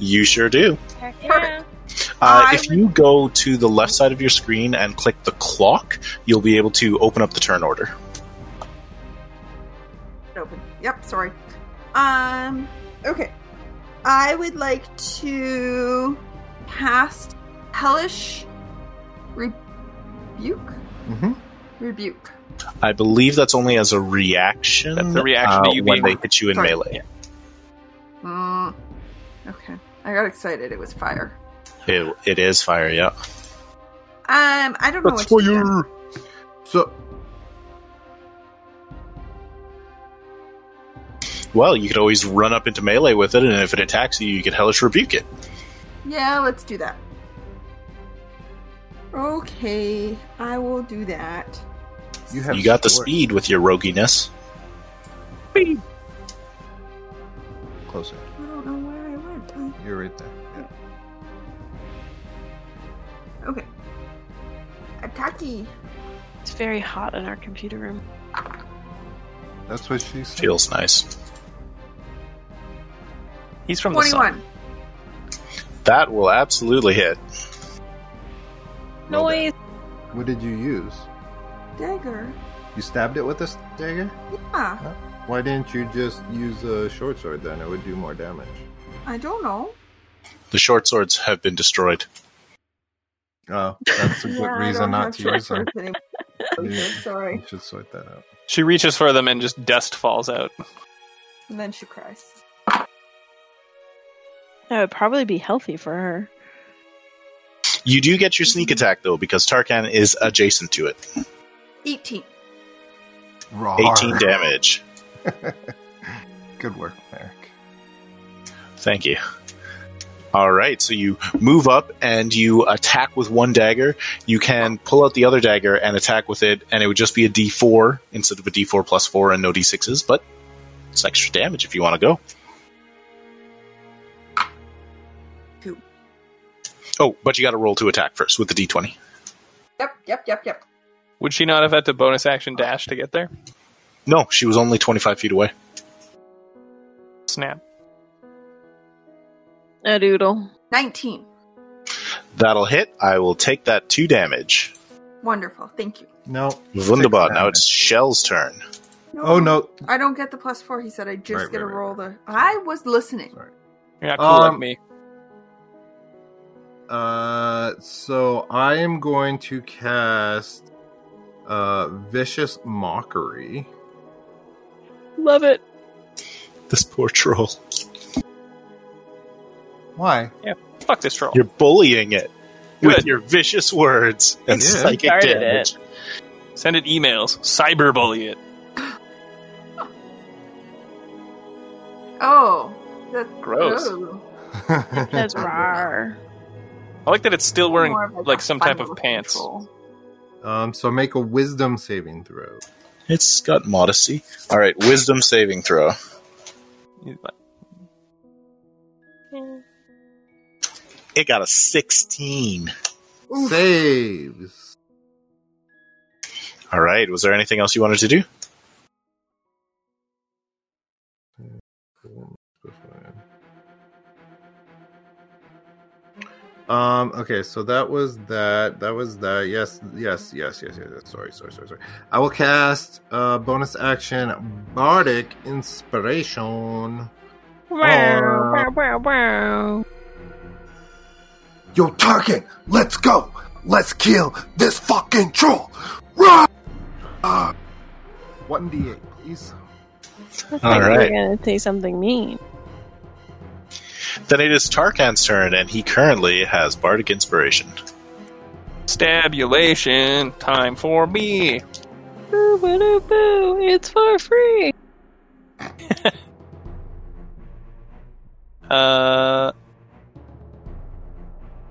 E: you sure do
F: Perfect.
E: uh,
F: I
E: if you go to the left side of your screen and click the clock you'll be able to open up the turn order
F: It open. Yep, sorry. Um, okay. I would like to cast Hellish Rebuke?
C: hmm
F: Rebuke.
E: i believe that's only as a reaction
D: That's a reaction
E: uh,
D: to you
E: when
D: being-
E: they hit you in
F: Sorry.
E: melee
F: Mm, okay. I got excited. It was fire.
E: It- it is fire yeah
F: Um, I don't know what to do.
C: So,
E: Well, you could always run up into melee with it, and if it attacks you, you could hellish rebuke it.
F: Yeah, let's do that. Okay, I will do that.
C: you have
E: you got the
C: support.
E: speed with your roguiness.
C: Closer.
F: I don't know where I went. Uh,
C: You're right there. Yeah.
F: Uh, Okay. Attacky.
B: It's very hot in our computer room.
C: That's what she said.
E: Feels nice.
D: He's from the sun.
F: 21.
E: That will absolutely hit.
C: Well
B: Noise.
C: What did you use?
F: Dagger.
C: You stabbed it with a dagger?
F: Ah.
C: Huh? Why didn't you just use a short sword then? It would do more damage.
F: I don't know.
E: The short swords have been destroyed.
C: Oh, that's a good
F: Yeah, I
C: reason
F: don't
C: not
F: have
C: to use them.
F: short swords anymore. Okay,
C: You
F: Sorry.
C: should sort that out.
D: She reaches for them and just dust falls out.
F: And then she cries.
B: That would probably be healthy for her.
E: You do get your sneak attack though, because Tarkan is adjacent to it.
F: 18.
C: Roar.
E: 18 damage.
C: Good work, Merrick.
E: Thank you. All right, so you move up and you attack with one dagger. You can pull out the other dagger and attack with it, and it would just be a d4 instead of a d4 plus 4 and no d6s, but it's extra damage if you want to go.
F: Two.
E: Oh, but you got to roll to attack first with the d20.
F: Yep, yep, yep, yep.
D: Would she not have had to bonus action dash to get there?
E: No, she was only 25 feet away.
D: Snap.
B: A doodle.
F: 19.
E: That'll hit. I will take that 2 damage.
F: Wonderful. Thank you.
C: No.
E: Wunderbar.
C: Six
E: Now
C: damage.
E: it's Shell's turn.
C: Oh no!
F: I don't get the plus four. He said I just
C: Right,
F: get to
C: right, right,
F: roll the. I was listening.
C: Sorry.
D: You're not cool
C: Um,
D: like me.
C: Uh, so I am going to cast uh vicious mockery.
B: Love it.
E: This poor troll.
C: Why?
D: Fuck this troll.
E: You're bullying it with
D: Good.
E: your vicious words and
C: Yeah.
E: psychic
B: Started
E: damage.
D: Send it emails. Cyberbully it.
F: Oh. That's
D: Gross.
F: oh.
B: That's rar.
D: I like that it's still wearing
F: More of like
D: like
F: a
D: some type of
F: final
D: pants.
F: control.
C: Um, so make a wisdom saving throw.
E: It's got modesty. All right, wisdom saving throw. It got a 16.
F: Oof.
C: Saves.
E: All right, was there anything else you wanted to do?
C: Um, okay, so that was that. That was that. Yes, yes, yes, yes, yes. yes. Sorry, sorry, sorry, sorry. I will cast uh bonus action Bardic Inspiration.
B: Wow, wow, wow, wow.
G: Yo, Tarkin, let's go. Let's kill this fucking troll. Run!
C: One D eight, please.
B: I think
E: All right.
B: We're going to say something mean.
E: Then it is Tarkan's turn, and he currently has Bardic Inspiration.
D: Stabulation. Time for me.
B: Boo, boo, boo, boo. It's for free.
D: Uh,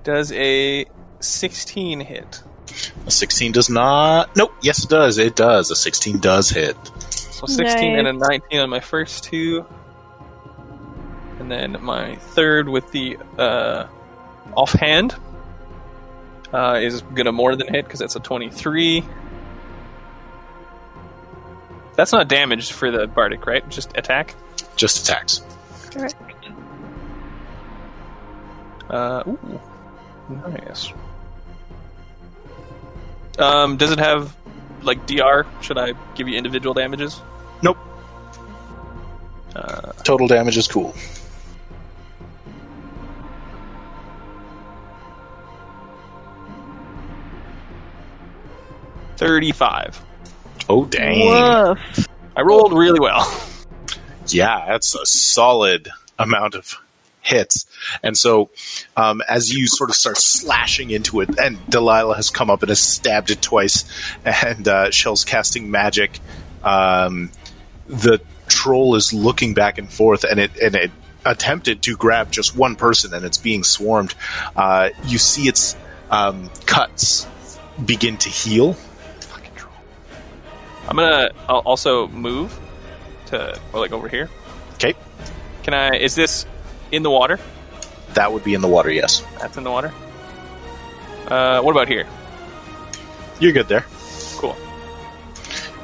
D: does a 16 hit?
E: A 16 does not. Nope, yes, it does. It does. A 16 does hit.
D: So 16 and a 19 on my first two. And then my third with the uh, offhand uh, is going to more than hit because that's a 23. That's not damage for the Bardic, right? Just attack.
E: Just attacks.
B: Correct.
D: Uh, ooh. Nice. Um, does it have, like, DR? Should I give you individual damages?
E: Nope.
D: Uh,
E: Total damage is cool.
D: Thirty-five.
E: Oh, dang.
B: Woof.
D: I rolled really well.
E: Yeah, that's a solid amount of hits. And so, um, as you sort of start slashing into it, and Delilah has come up and has stabbed it twice, and uh, Shell's casting magic, um, the troll is looking back and forth, and it and it attempted to grab just one person, and it's being swarmed. Uh, you see its um, cuts begin to heal. Fucking troll.
D: I'm gonna I'll also move to or like over here.
E: Okay,
D: Can I? Is this in the water?
E: that would be in the water. Yes,
D: That's in the water. Uh, what about here?
E: you're good there.
D: Cool.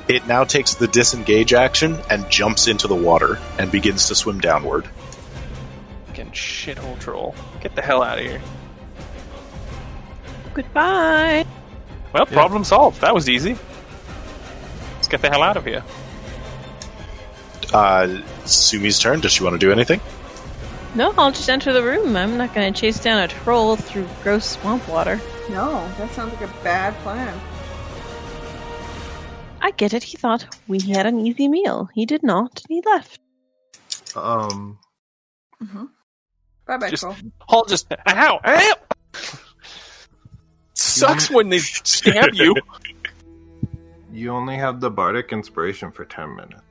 E: It now takes the disengage action and jumps into the water and begins to swim downward.
D: Fucking shithole troll. Get the hell out of here.
B: Goodbye.
D: Well, problem solved. That was easy. Let's get the hell out of here.
E: Uh, Sumi's turn. Does she want to do anything?
B: No, I'll just enter the room. I'm not going to chase down a troll through gross swamp water.
F: No, that sounds like a bad plan.
B: I get it. He thought we had an easy meal. He did not, and he left.
C: Um,
F: Bye bye,
D: Just-
F: troll.
D: Hall just ow ow. Sucks when they stab you.
C: you only have the bardic inspiration for ten minutes,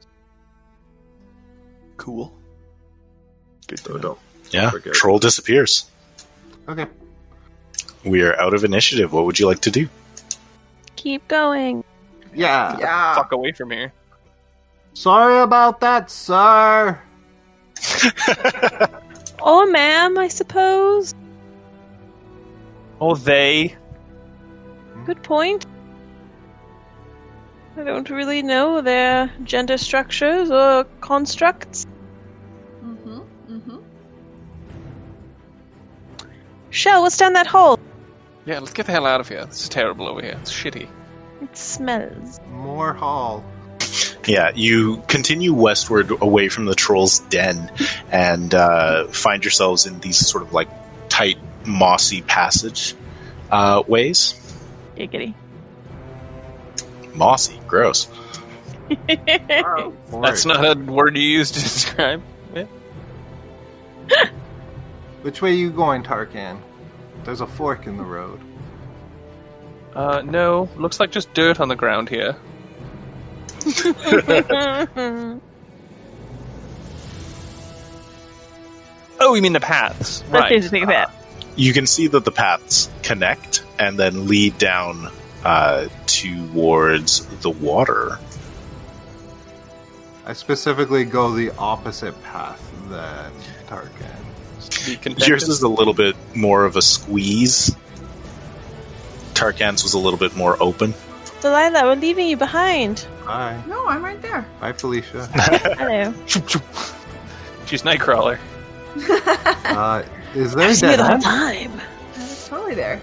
D: Cool.
E: Good
C: so don't.
E: Yeah.
C: Forget it.
E: Troll disappears.
C: Okay.
E: We are out of initiative. What would you like to do?
B: Keep going.
C: Yeah.
F: Yeah.
D: Fuck away from here.
C: Sorry about that, sir.
B: Or Oh, ma'am, I suppose.
D: Oh, they.
B: Good point. I don't really know their gender structures or constructs.
F: Mm-hmm. Mm-hmm.
B: Shell, what's down that hole?
D: Yeah, let's get the hell out of here. This is terrible over here. It's shitty.
B: It smells.
C: More hall.
E: Yeah, you continue westward away from the troll's den and uh, find yourselves in these sort of like tight, mossy passage uh, ways.
B: Giggity.
E: Mossy, gross.
F: Wow.
D: That's not a word you use to describe. it.
C: Which way you going, Tarkan? There's a fork in the road.
D: Uh, no. Looks like just dirt on the ground here.
B: that
D: Oh, you mean the paths? Right. Uh, Ah,
B: seems to be that.
E: You can see that the paths connect and then lead down uh, towards the water.
C: I specifically go the opposite path than Tarkan.
D: Be contented.
E: Yours is a little bit more of a squeeze. Tarkan's was a little bit more open.
B: Delilah, we're leaving you behind.
C: Bye.
F: No, I'm right there.
C: Bye, Felicia.
B: Hello.
D: She's Nightcrawler.
C: uh, is
B: I
C: there a
B: was here
C: dead
B: the whole
C: end?
B: time.
F: I was totally there.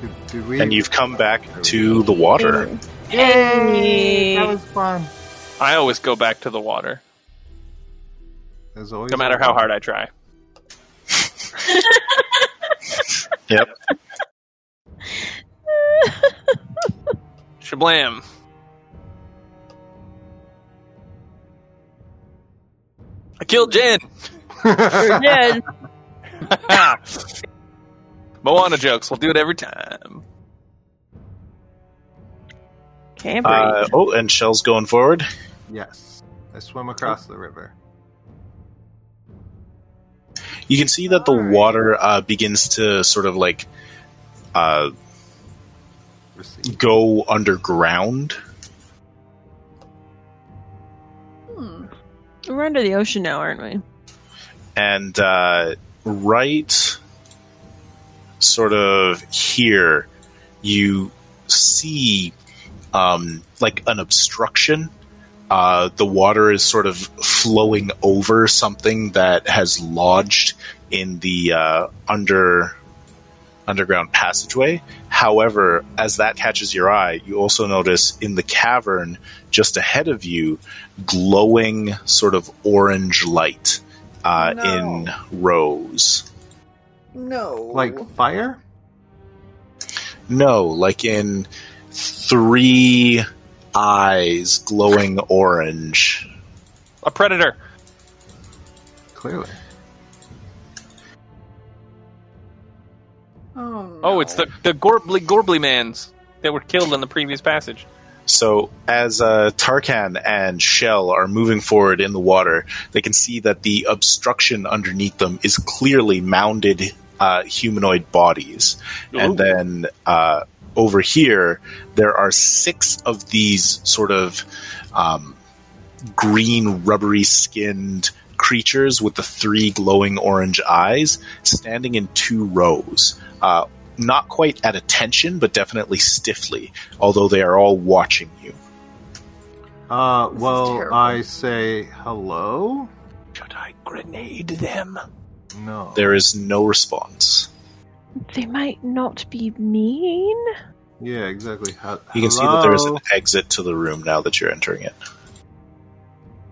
C: Did- did we-
E: And you've come back to the water.
B: Hey.
C: That was fun.
D: I always go back to the water,
C: As always,
D: no matter how hard I try.
E: Yep.
D: Shablam. I killed Jen.
B: Dead.
D: Moana jokes. We'll do it every time.
B: Can't breathe.
E: Uh, oh, and Shell's going forward.
C: yes. I swim across the river.
E: You can see that the water uh, begins to sort of like uh,
C: Receive.
E: go underground.
F: Hmm.
B: We're under the ocean now, aren't we?
E: and uh, right sort of here you see um, like an obstruction uh, the water is sort of flowing over something that has lodged in the uh, under underground passageway however as that catches your eye you also notice in the cavern just ahead of you glowing sort of orange light uh,
F: No.
E: in rows.
F: No.
C: Like fire?
E: No, like in three eyes glowing orange.
D: A predator.
C: Clearly.
F: Oh, no.
D: Oh, it's the the gorbly gorbly mans that were killed in the previous passage.
E: So, as uh, Tarkan and Shell are moving forward in the water, they can see that the obstruction underneath them is clearly mounded uh, humanoid bodies.
D: Ooh.
E: And then uh, over here, there are six of these sort of um, green, rubbery skinned creatures with the three glowing orange eyes standing in two rows. Uh, not quite at attention, but definitely stiffly, although they are all watching you.
C: Uh,
F: is
C: well,
F: terrible.
C: I say hello?
D: Should I grenade them?
C: No.
E: There is no response.
B: They might not be mean.
C: Yeah, exactly. How,
E: You can see that there is an
C: hello?
E: exit to the room now that you're entering it.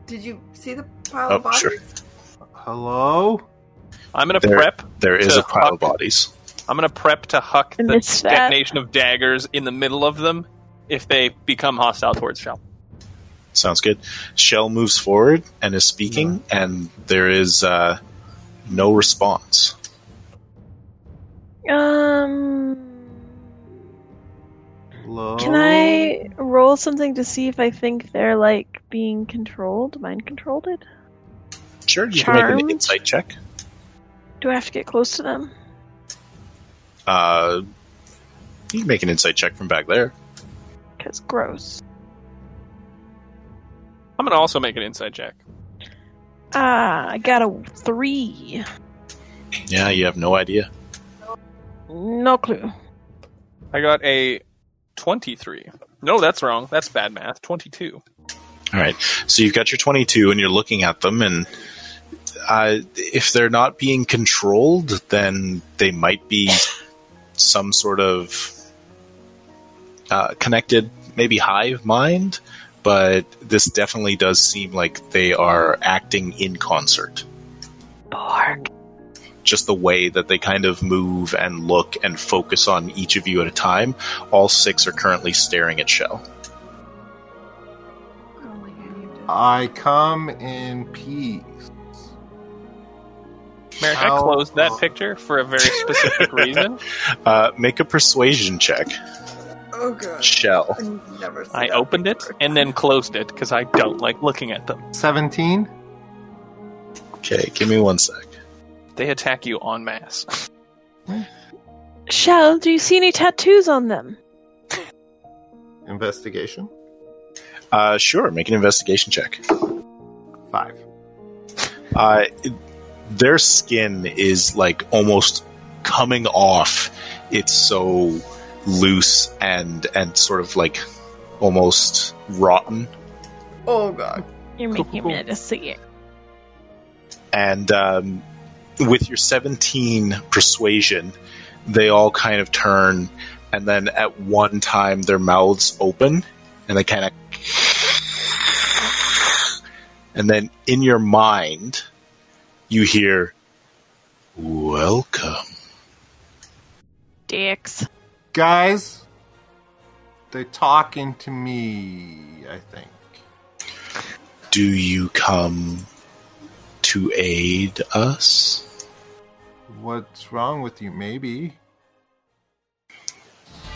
F: Did you see the pile
E: Oh,
F: of bodies?
E: sure.
C: Hello?
D: I'm gonna
E: There-
D: prep.
E: There is
D: So,
E: a pile
D: Huck-
E: of bodies.
D: I'm gonna prep to huck
B: I
D: the
B: missed that.
D: detonation of daggers in the middle of them if they become hostile towards Shell.
E: Sounds good. Shell moves forward and is speaking, and there is uh, no response.
B: Um.
C: Hello?
B: Can I roll something to see if I think they're like being controlled, mind controlled? It?
E: Sure, you can make an
B: Charmed.
E: insight check.
B: Do I have to get close to them?
E: Uh, you can make an insight check from back there.
B: Because gross.
D: I'm gonna also make an inside check.
B: Ah, I got a three.
E: Yeah, you have no idea.
B: No clue.
D: I got a 23. No, that's wrong. That's bad math. 22.
E: All right, so you've got your 22, and you're looking at them, and uh, if they're not being controlled, then they might be some sort of uh, connected, maybe hive mind. But this definitely does seem like they are acting in concert.
B: Bark.
E: just the way that they kind of move and look and focus on each of you at a time. All six are currently staring at Shell.
F: I don't like any of them.
C: I come in peace.
D: Merrick, I
C: How-
D: closed that picture for a very specific reason.
E: Uh, make a persuasion check,
F: Oh god.
E: Shell.
F: I never see
D: I
F: that
D: opened it
F: before.
D: and then closed it because I don't like looking at them.
C: 17?
E: Okay, give me one sec.
D: They attack you en masse.
B: Shell, do you see any tattoos on them?
C: Investigation?
E: Uh, sure, make an investigation check.
C: 5.
E: Uh, it- their skin is like almost coming off. It's so loose and and sort of like almost rotten.
F: Oh god.
B: You're
D: Cool,
B: making
D: cool,
B: me
D: cool.
B: to see it.
E: and um, with your 17 persuasion they all kind of turn and then at one time their mouths open and they kind of and then in your mind you hear welcome
B: Dicks.
C: Guys, they're talking to me, I think.
E: do you come to aid us
C: What's wrong with you? Maybe.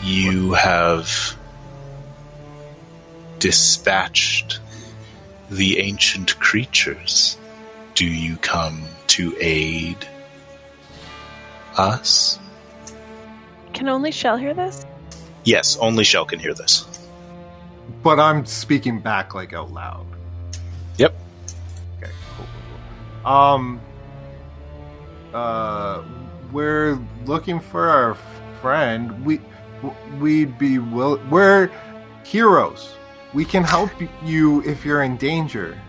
E: you have dispatched the ancient creatures. Do you come to aid us?
B: Can only Shell hear this?
E: Yes, only Shell can hear this.
C: But I'm speaking back like out loud.
E: Yep.
C: Okay, cool. cool. Um, uh, we're looking for our friend. We, w- we'd be will. We're heroes. We can help you if you're in danger.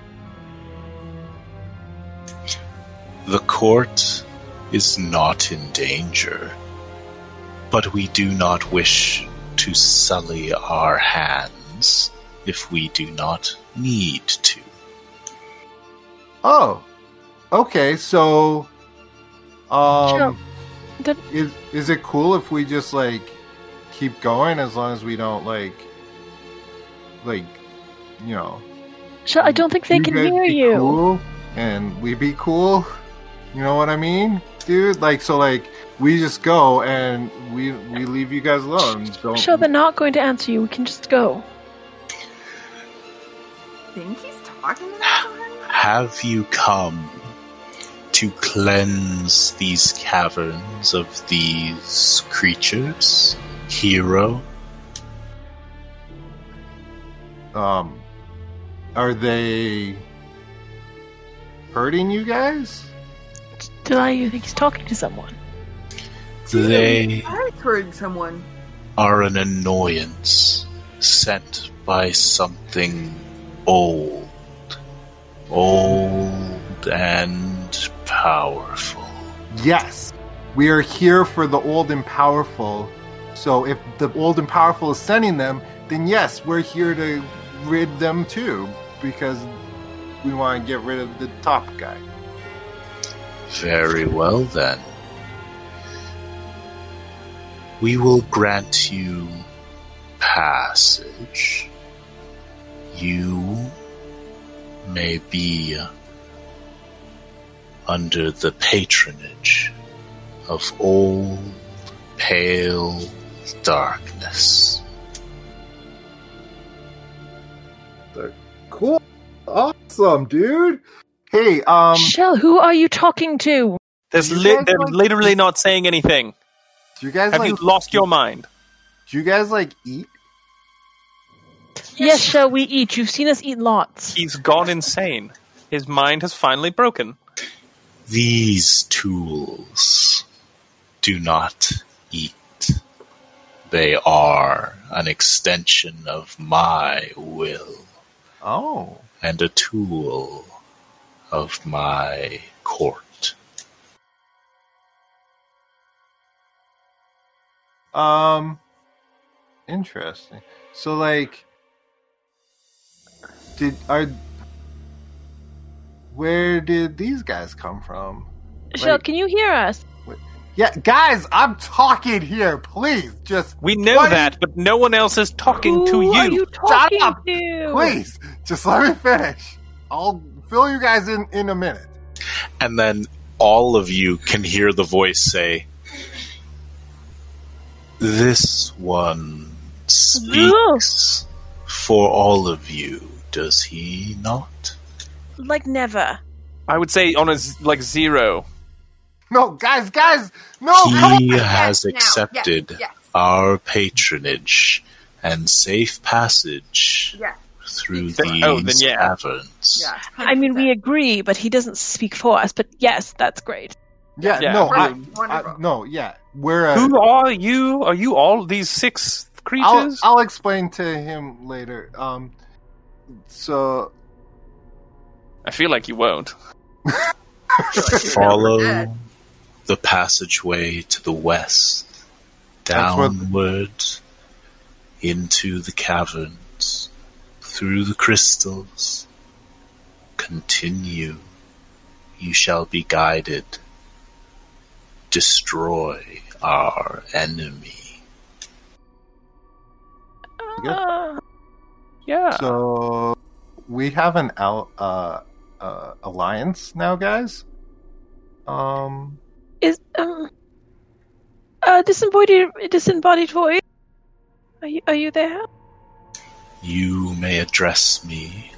E: The court is not in danger, but we do not wish to sully our hands if we do not need to.
C: Oh, okay. So, um,
B: Good.
C: is is it cool if we just like keep going as long as we don't like, like, you know,
B: Shell, I don't think they
C: you
B: can
C: guys
B: hear
C: be
B: you.
C: cool, and we be cool. You know what I mean, dude? Like, so like we just go and we we leave you guys alone. Don't.
B: Shell, they're not going to answer you. We can just go.
F: think he's talking to them?
E: Have you come to cleanse these caverns of these creatures, hero?
C: um, are they hurting you guys?
B: Delia, you think he's talking to someone?
E: They
F: I heard someone.
E: are an annoyance sent by something old, old and powerful.
C: Yes, we are here for the old and powerful. So if the old and powerful is sending them, then yes, we're here to rid them too, because we want to get rid of the top guy.
E: Very well, then. We will grant you passage. You may be under the patronage of old pale darkness.
C: Cool. Awesome, dude. Hey, um,
B: Shell, who are you talking to?
D: There's
C: You
D: li-
C: guys
D: they're
C: like-
D: literally not saying anything.
C: do you guys
D: Have
C: like
D: you lost your mind?
C: do you guys like eat?
B: Yes. Shell, we eat. You've seen us eat lots.
D: He's gone insane. His mind has finally broken.
E: These tools do not eat. They are an extension of my will
C: Oh.
E: and a tool of my court.
C: Um interesting. So like did are where did these guys come from?
B: Shell,
C: Like-
B: can you hear us?
C: Yeah, guys, I'm talking here. Please, just
D: We know
C: Why-
D: that, but no one else is talking
B: who
D: to
B: are
D: you.
B: you talking
C: up.
B: to?
C: please, just let me finish. I'll fill you guys in in a minute.
E: And then all of you can hear the voice say, This one speaks for all of you, does he not?
B: Like never.
D: I would say on a z- like zero.
C: No, guys, guys, no, come on.
E: He has
F: Yes, now.
E: accepted
F: Yes, yes.
E: our patronage and safe passage
F: Yeah,
E: through
D: Then-
E: these
D: oh, then yeah.
E: caverns.
F: yeah.
B: I mean, we agree, but he doesn't speak for us. But yes, that's great.
C: Yeah,
D: Yeah,
C: no, I,
F: Perfect.
C: I,
F: Wonderful.
C: no, yeah, we're. Uh,
D: Who are you? Are you all these six
C: I'll,
D: creatures?
C: I'll explain to him later. Um, so
D: I feel like you won't.
E: Follow the passageway to the west,
C: That's what-
E: downward into the caverns, through the crystals. Continue. You shall be guided. Destroy our enemy.
C: Yeah.
B: Ah,
D: Yeah.
C: so we have an al- uh, uh alliance now, guys. Um,
B: is um, uh, disembodied disembodied voice? Are you are you there?
E: You may address me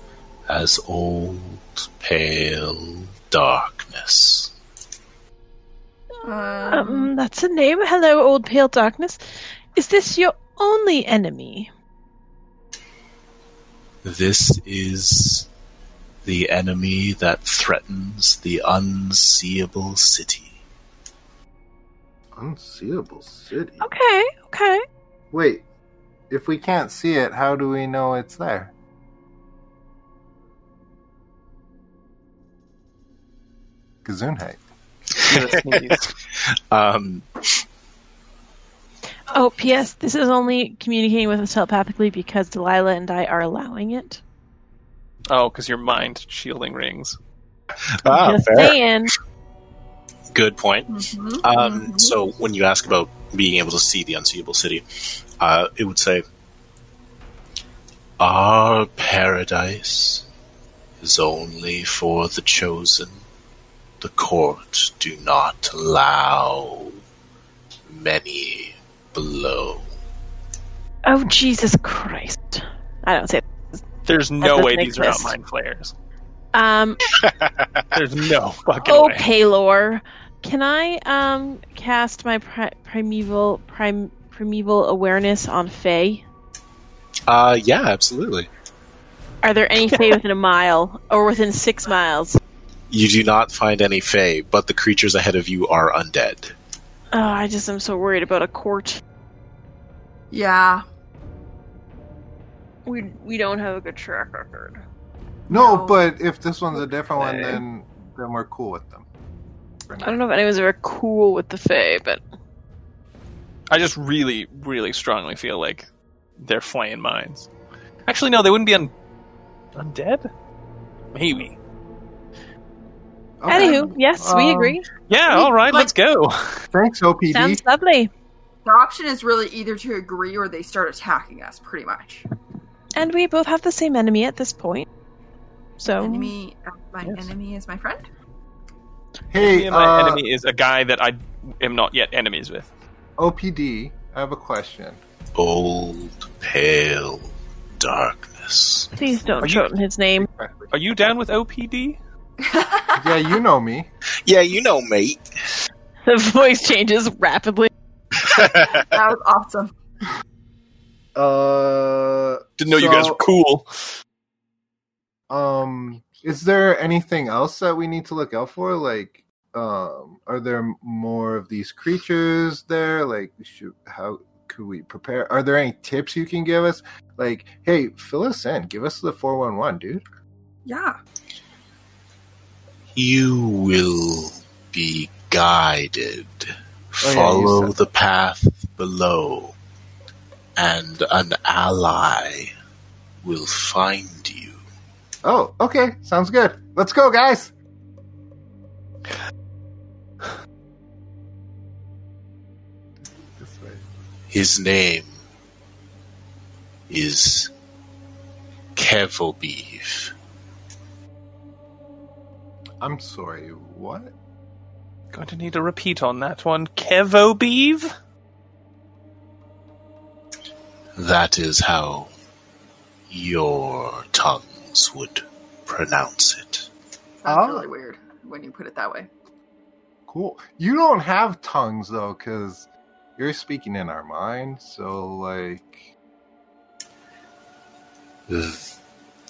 E: as old, pale darkness.
F: Um,
B: Um, that's a name. Hello, old pale darkness. Is this your only enemy?
E: This is the enemy that threatens the unseeable city.
C: unseeable city.
B: Okay, okay.
C: Wait, if we can't see it, how do we know it's there? Gazoonheit.
E: Um,
B: Oh, P.S. This is only communicating with us telepathically because Delilah and I are allowing it.
D: oh, because your mind shielding rings.
E: ah,
B: Just
E: fair.
B: saying.
E: Good point.
F: mhm,
E: Um,
F: mhm.
E: so when you ask about being able to see the unseeable city, uh, it would say, "Our paradise is only for the chosen. The court do not allow many below."
B: Oh, Jesus Christ! I don't say.
D: There's no
B: doesn't
D: way these are out
B: exist.
D: mind flayers.
B: Um.
D: There's
B: Oh.
D: no fucking way.
B: Okay, Lore. Can I um cast my pri- primeval prim- primeval awareness on Faye?
E: Uh, yeah, absolutely.
B: Are there any Faye within a mile or within six miles?
E: You do not find any Fey, but the creatures ahead of you are undead.
B: Oh, I just am so worried about a court.
F: yeah.
B: We we don't have a good track record.
C: No,
F: No.
C: but if this one's a different one,
D: Okay.
C: then then we're cool with them.
B: I don't know if anyone's ever cool with the Fae, but
D: I just really, really strongly feel like they're flaying mines. Actually, no, they wouldn't be un- undead. Maybe.
B: Anywho, yes, we
C: Um,
B: agree.
D: Yeah. All right.
F: Like-
D: let's go.
C: Thanks, OPB.
B: Sounds lovely.
F: The option is really either to agree or they start attacking us, pretty much.
B: And we both have the same enemy at this point. So
F: Enemy, uh, my
D: Oh. Yes.
F: enemy is my friend.
D: Me
C: hey,
D: and my
C: uh,
D: enemy is a guy that I am not yet enemies with.
C: OPD, I have a question.
E: Old pale darkness.
B: please don't
C: Are you-
B: shorten his name.
D: Are you down with OPD?
C: yeah, you know me.
E: Yeah, you know, mate.
B: The voice changes rapidly.
F: That was awesome.
C: Uh,
D: Didn't know you guys were
C: so,
D: cool.
C: Um, is there anything else that we need to look out for? Like, um, are there more of these creatures there? Like, should, how could we prepare? Are there any tips you can give us? Like, hey, fill us in. Give us the four one one, dude.
F: Yeah.
E: You will be guided.
C: Oh, yeah, you
E: Follow
C: said
E: the path below, and an ally will find you.
C: Oh, okay, sounds good. Let's go, guys. This way.
E: His name is Kevobeev.
C: I'm sorry. What?
D: Going to need a repeat on that one. Kevo Beeve?
E: That is how your tongues would pronounce it.
F: That's
C: Oh.
F: really weird when you put it that way.
C: Cool. You don't have tongues though, because you're speaking in our mind. So, like,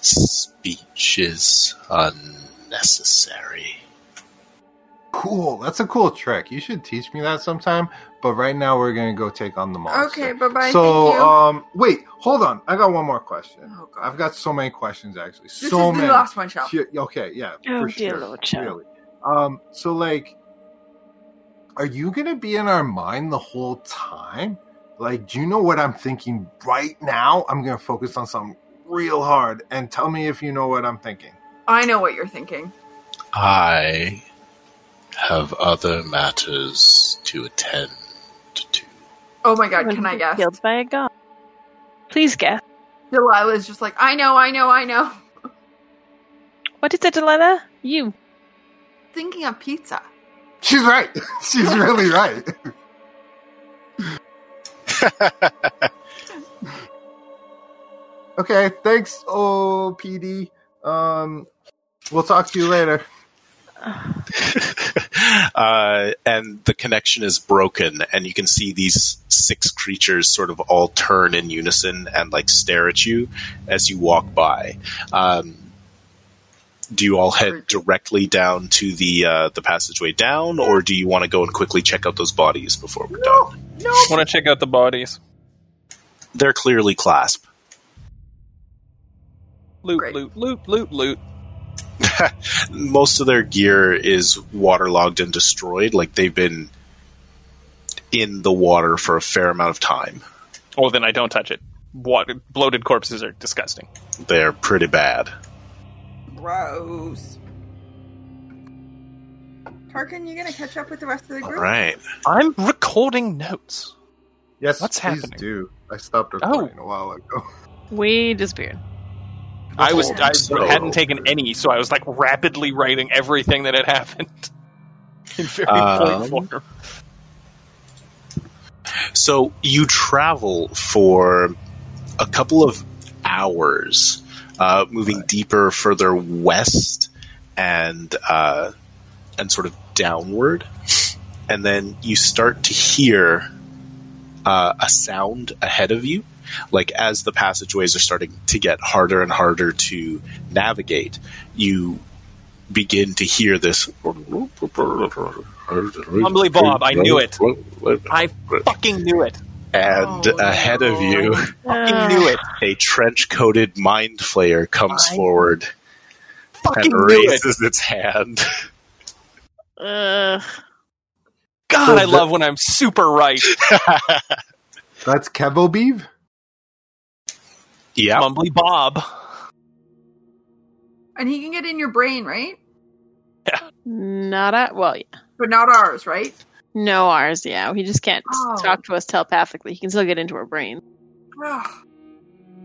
E: Speech is unnecessary.
C: cool. That's a cool trick. You should teach me that sometime. But right now, we're gonna go take on the monster.
F: Okay, bye bye.
C: So,
F: Thank you.
C: um, wait, hold on. I got one more question.
F: Oh, God.
C: I've got so many questions actually.
F: this
C: so
F: is
C: many.
F: the last one, Shell.
C: Sure, okay, yeah.
B: Oh,
C: for
B: dear
C: sure,
B: Lord, child.
C: Really. Um, so, like, are you going to be in our mind the whole time? Like, do you know what I'm thinking right now? I'm going to focus on something real hard and tell me if you know what I'm thinking.
F: I know what you're thinking.
E: I have other matters to attend to.
F: Oh my god,
B: When
F: can I
B: he's
F: guess?
B: Killed by a god. Please guess.
F: Delilah's just like, I know, I know, I know.
B: What is it, Delilah? You.
F: Thinking of pizza.
C: She's right. She's really right. Okay, thanks, OPD. Um, we'll talk to you later.
E: uh, and the connection is broken, and you can see these six creatures sort of all turn in unison and like stare at you as you walk by. Um, do you all head directly down to the uh, the passageway down, or do you want to go and quickly check out those bodies before we're done?
D: want to check out the bodies.
E: They're clearly clasp.
D: Loot,
F: Great.
D: loot, loot, loot, loot.
E: Most of their gear is waterlogged and destroyed. Like they've been in the water for a fair amount of time.
D: Oh, then I don't touch it. What bloated corpses are disgusting.
E: They're pretty bad.
H: Gross. Tarkin, you gonna catch up with the rest of the
E: All
H: group?
E: right.
D: I'm recording notes.
C: Yes,
D: What's
C: please
D: happening? Oh.
C: do. I stopped recording a while ago.
B: We disappeared.
D: I was I
E: So-
D: hadn't taken any, so I was like rapidly writing everything that had happened in very
E: Um,
D: point form.
E: So you travel for a couple of hours, uh, moving deeper, further west, and uh, and sort of downward, and then you start to hear uh, a sound ahead of you. Like as the passageways are starting to get harder and harder to navigate, you begin to hear this.
D: Humbly Bob, I knew it. I fucking knew it.
E: and
F: Oh,
E: ahead of
F: no.
E: you,
B: Uh,
D: Fucking knew it.
E: a trench-coated mind flayer comes
D: I
E: forward
D: Fucking
E: and
D: knew it.
E: raises its hand.
B: Ugh.
D: God,
C: So
D: I
C: the-
D: love when I'm super right.
C: That's Kevo Beeve?
E: yeah.
D: Mumbly Bob.
F: And he can get in your brain, right?
B: Not at well, yeah.
F: But not ours, right?
B: no ours. Yeah, he just can't
F: Oh.
B: talk to us telepathically. He can still get into our brain.
F: Ugh.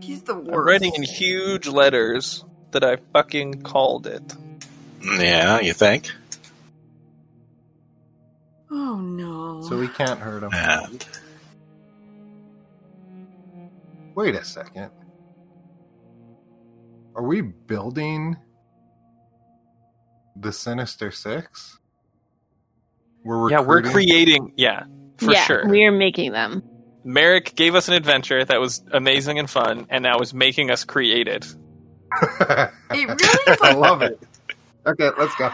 F: He's the
D: I'm
F: worst.
D: writing in huge letters that I fucking called it.
E: Yeah, you think?
F: Oh no.
C: So we can't hurt him.
E: And
C: Wait a second. Are we building the Sinister Six? We're
D: Yeah, we're
C: recruiting-
D: creating. Yeah, for
B: yeah,
D: sure.
B: we are making them.
D: Merrick gave us an adventure that was amazing and fun, and now is making us create it.
F: it really is
C: I
F: like
C: love it. Okay, let's go.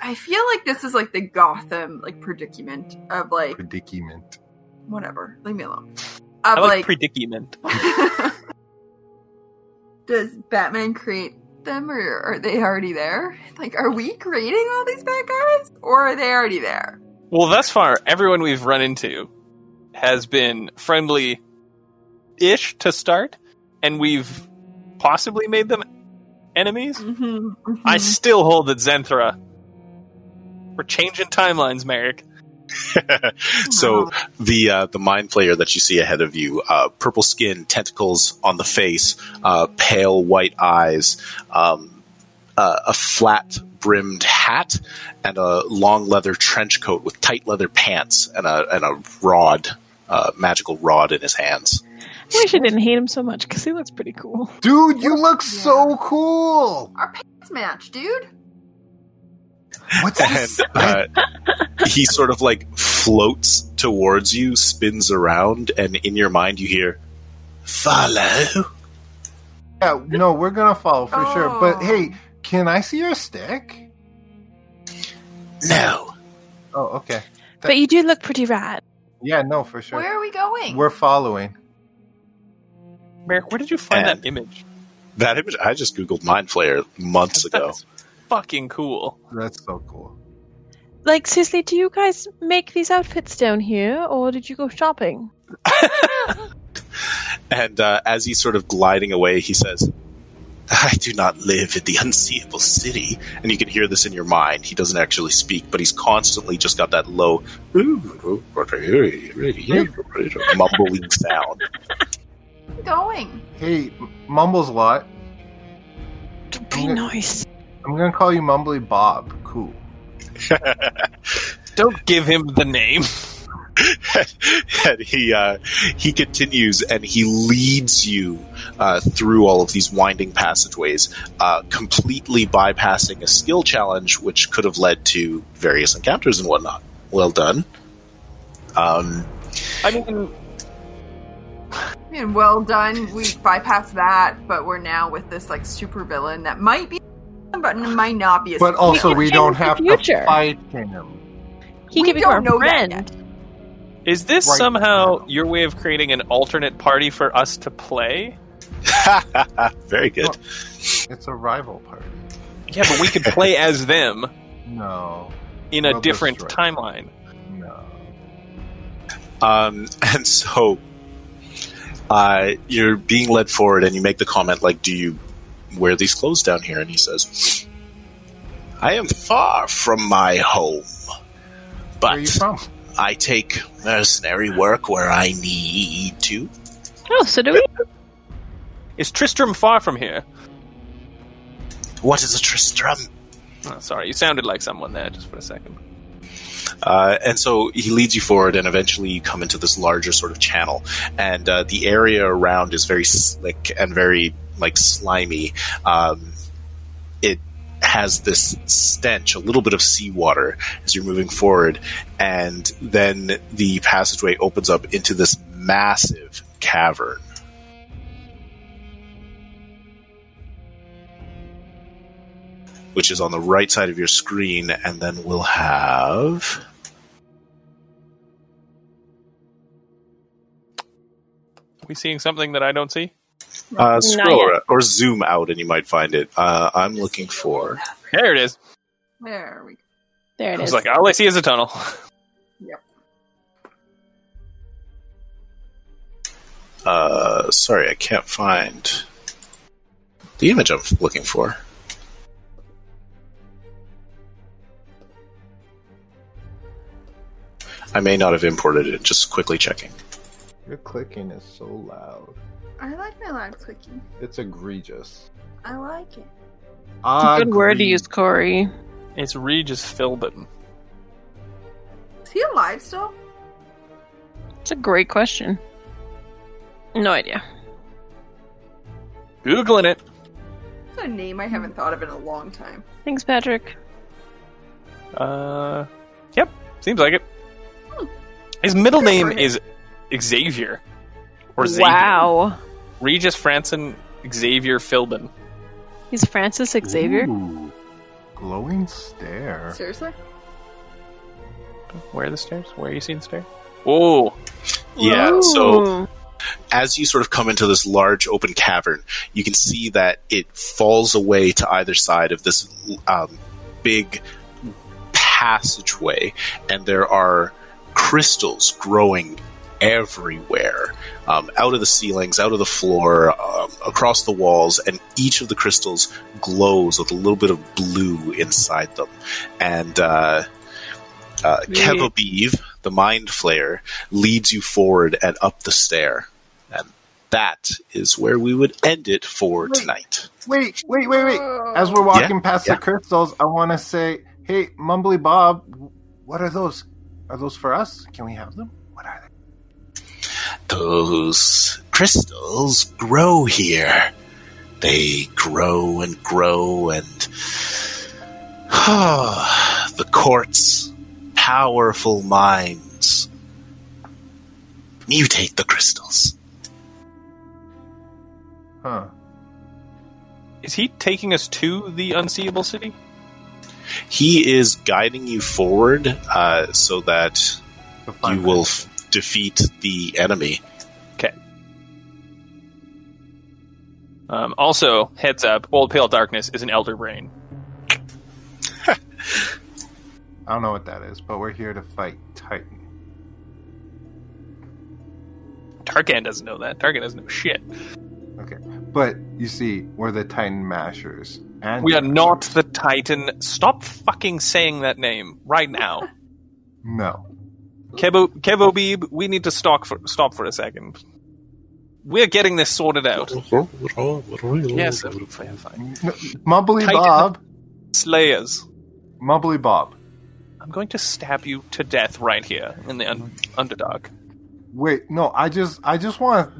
F: I feel like this is like the Gotham like predicament of like
C: Predicament.
F: whatever. Leave me alone.
D: I
F: Of
D: like
F: like,
D: predicament.
F: Does Batman create them or are they already there? Like are we creating all these bad guys? Or are they already there?
D: Well, thus far, everyone we've run into has been friendly ish to start, and we've possibly made them enemies.
F: Mm-hmm.
D: I still hold that Zenthra. We're changing timelines, Merrick.
E: so the uh, the mind player that you see ahead of you, uh, purple skin, tentacles on the face, uh, pale white eyes, um, uh, a flat brimmed hat, and a long leather trench coat with tight leather pants and a and a rod, uh, magical rod in his hands.
B: I wish I didn't hate him so much because he looks pretty cool.
C: Dude, you look so cool.
F: Our pants match, dude.
C: What's
E: and
C: this?
E: uh, he sort of like floats towards you, spins around, and in your mind you hear, "Follow."
C: Yeah, no, we're gonna follow for sure. But
F: Oh.
C: hey, can I see your stick?
E: No,
C: Oh, okay.
B: But you do look pretty rad.
C: Yeah, no, for sure.
F: Where are we going?
C: We're following.
D: Merrick, where did you find
E: And-
D: that image?
E: that image. I just googled mind flayer months ago.
D: That's fucking cool.
C: That's so cool.
B: Like seriously, do you guys make these outfits down here, or did you go shopping?
E: And uh, as he's sort of gliding away, he says, I do not live in the unseeable city. And you can hear this in your mind. He doesn't actually speak, but he's constantly just got that low mumbling sound.
F: going.
C: Hey, Mumbles Lot,
B: Don't be
C: Okay.
B: nice.
C: I'm gonna call you Mumbly Bob. Cool.
D: Don't give him the name.
E: and he uh, he continues and he leads you uh, through all of these winding passageways, uh, completely bypassing a skill challenge, which could have led to various encounters and whatnot. Well done. Um,
D: I mean,
F: I mean, well done. We bypassed that, but we're now with this like super villain that might be, but might not be. A
C: But also, we
B: change
C: don't
B: the
C: have to
B: future.
C: fight him.
B: He
F: We
B: could be
F: don't
B: our
F: know that
B: friend.
D: is this
C: Right.
D: somehow your way of creating an alternate party for us to play?
E: very good.
C: It's a rival party.
D: Yeah, but we could play as them
C: No,
D: in a
C: Well, that's
D: different
C: right.
D: timeline.
C: no.
E: Um, and so uh, you're being led forward, and you make the comment like, "Do you wear these clothes down here?" And he says, "I am far from my home,
C: Where are you
E: but
C: from?
E: I take mercenary work where I need to."
B: Oh, so do we?
D: Is Tristram far from here?
E: What is a Tristram?
D: Oh, sorry, you sounded like someone there just for a second.
E: Uh, and so he leads you forward, and eventually you come into this larger sort of channel. And uh, the area around is very slick and very like slimy. Um, it has this stench, a little bit of seawater as you're moving forward, and then the passageway opens up into this massive cavern. Which is on the right side of your screen, and then we'll have.
D: We seeing something that I don't see?
E: Uh, scroll
B: yet.
E: or, or zoom out, and you might find it. Uh, I'm looking for.
D: There it is.
F: There we go.
B: There
D: I
B: it
D: was
B: is.
D: like, all I see is a tunnel.
E: Uh, sorry, I can't find the image I'm looking for. I may not have imported it, just quickly checking.
C: Your clicking is so loud.
H: I like my loud clicking.
C: It's egregious.
H: I like it.
B: Good word to use, Corey.
D: It's Regis Philbin.
F: Is he alive still?
B: It's a great question. No idea.
D: Googling it.
F: It's a name I haven't thought of in a long time.
B: Thanks, Patrick.
D: Uh, yep, seems like it. His middle name is Xavier, or Xavier.
B: Wow.
D: Regis Franson Xavier Philbin.
B: He's Francis Xavier.
C: Ooh, glowing stare.
F: Seriously?
D: Where are the stairs? Where are you seeing the stairs? Whoa!
E: Yeah, so
B: Ooh.
E: as you sort of come into this large open cavern, you can see that it falls away to either side of this um, big passageway, and there are crystals growing everywhere um, out of the ceilings, out of the floor, um, across the walls, and each of the crystals glows with a little bit of blue inside them. And uh, uh, Kevabeev, the mind flayer, leads you forward and up the stair. And that is where we would end it for tonight.
C: Wait, wait, wait, wait.
F: Oh,
C: As we're walking past
E: yeah.
C: the crystals, I want to say, hey, Mumbly Bob, what are those? Are those for us? Can we have them? What are they?
E: Those crystals grow here. They grow and grow, and the court's powerful minds mutate the crystals.
C: Huh.
D: Is he taking us to the unseeable city?
E: He is guiding you forward uh, so that
C: The
E: you
C: fun
E: will
C: crystals.
E: f- defeat the enemy.
D: Um, also, heads up: Old Pale Darkness is an elder brain.
C: I don't know what that is, but we're here to fight Titan.
D: Tarkan doesn't know that. Tarkan doesn't know shit.
C: But you see, we're the Titan Mashers. And
D: We are not the Titan. Stop fucking saying that name right now.
C: No.
D: Kebo Kebobib, we need to stop for, stop for a second. We're getting this sorted out. yes, I'm fine.
C: N- Mumbly
D: Titan-
C: Bob.
D: Slayers,
C: Mumbly Bob.
D: I'm going to stab you to death right here in the un- underdog.
C: Wait, no, I just I just want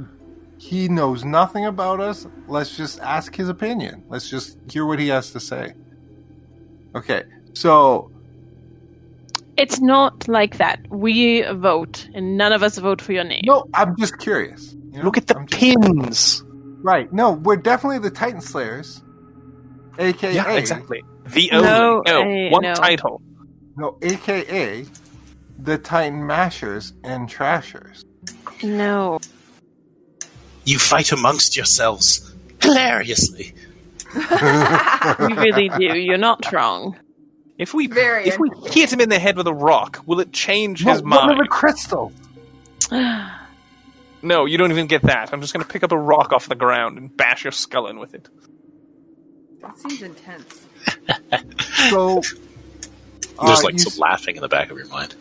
C: he knows nothing about us. Let's just ask his opinion. Let's just hear what he has to say. Okay. So,
B: It's not like that. We vote, and none of us vote for your name.
C: no, I'm just curious. you know?
D: Look at the
C: I'm just-
D: pins.
C: Right. No, we're definitely the Titan Slayers. AKA
D: Yeah, exactly. The only
B: No,
D: no,
B: eh,
D: one
B: no.
D: title.
C: No, AKA the Titan Mashers and Trashers.
B: No.
E: You fight amongst yourselves hilariously.
B: You really do. You're not wrong.
D: If we
F: Very
D: if we hit him in the head with a rock, will it change his mind?
C: One of the crystals.
D: No, you don't even get that. I'm just going to pick up a rock off the ground and bash your skull in with it.
F: That seems intense.
C: So
E: There's
C: uh,
E: like
C: you s-
E: some laughing in the back of your mind.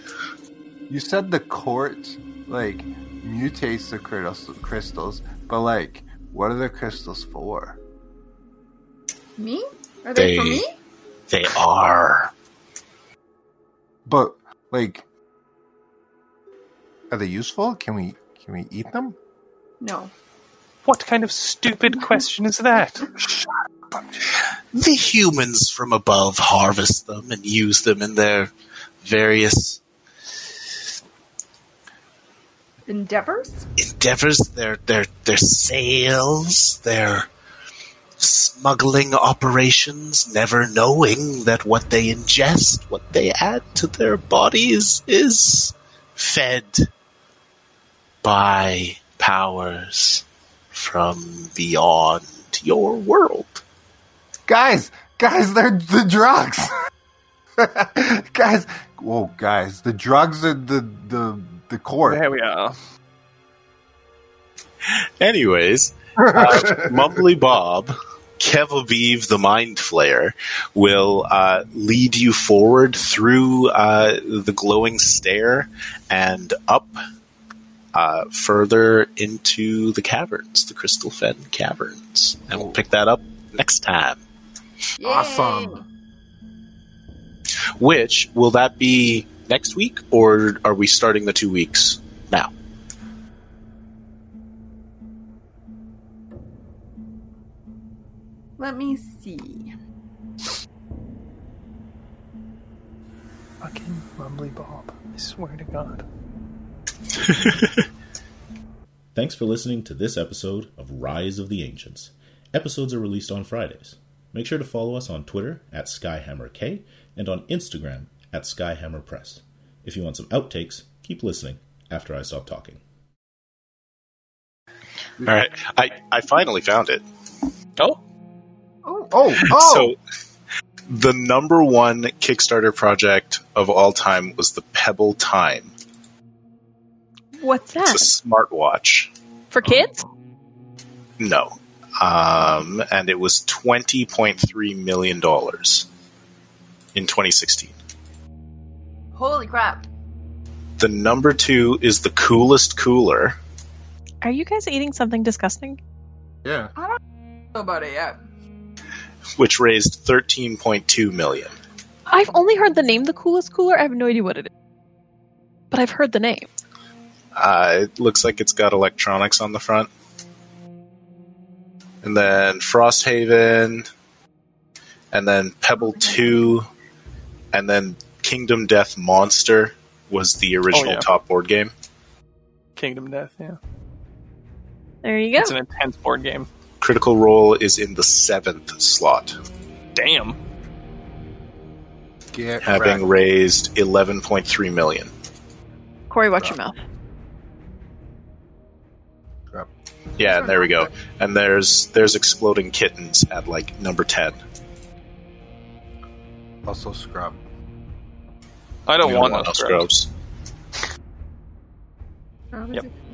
C: You said the court like mutates the crystals, crystals, but like, what are the crystals for?
F: Me? Are they, for
E: They-
F: me?
E: They are.
C: But like, are they useful? Can we can we eat them?
F: No.
D: What kind of stupid question is that?
E: the humans from above harvest them and use them in their various
F: Endeavors?
E: endeavors, their their their sales, their smuggling operations, never knowing that what they ingest, what they add to their bodies is fed by powers from beyond your world.
C: Guys, guys, they're the drugs. guys, whoa, guys, the drugs are the the the court.
D: There we are.
E: Anyways, uh, Mumbly Bob, Kevaviv the Mind Flayer, will uh, lead you forward through uh, the glowing stair and up uh, further into the caverns, the Crystal Fen caverns. And we'll pick that up next time.
F: Yay.
C: Awesome.
E: Which, will that be next week, or are we starting the two weeks now?
F: Let me see.
D: Fucking Mumbly Bob. I swear to God.
A: Thanks for listening to this episode of Rise of the Ancients. Episodes are released on Fridays. Make sure to follow us on Twitter at SkyhammerK and on Instagram at SkyhammerPress. If you want some outtakes, keep listening after I stop talking.
E: All right. I, I finally found it.
D: Oh,
C: Oh, oh,
E: So the number one Kickstarter project of all time was the Pebble Time.
B: What's that?
E: It's a smartwatch.
B: For kids?
E: No. Um, and it was twenty point three million dollars in twenty sixteen.
F: Holy crap.
E: The number two is the coolest cooler.
B: Are you guys eating something disgusting?
C: yeah.
F: Nobody yet.
E: which raised 13.2 million.
B: I've only heard the name the coolest cooler. I have no idea what it is. But I've heard the name.
E: Uh, it looks like it's got electronics on the front. And then Frosthaven, and then Pebble 2, and then Kingdom Death Monster was the original
D: yeah.
E: top board game.
D: Kingdom Death, yeah.
B: There you go.
D: It's an intense board game.
E: Critical Role is in the seventh slot,
D: Damn.
C: Get
E: having
C: wrecked.
E: raised 11.3 million.
B: Corey, watch your mouth.
E: Yeah, and there we go. And there's there's exploding kittens at like number 10.
C: also scrub.
D: I don't
E: We
D: want
E: want
D: no
E: no
D: scrubs.
E: scrubs.
H: Oh, there's
D: Yep.
H: a-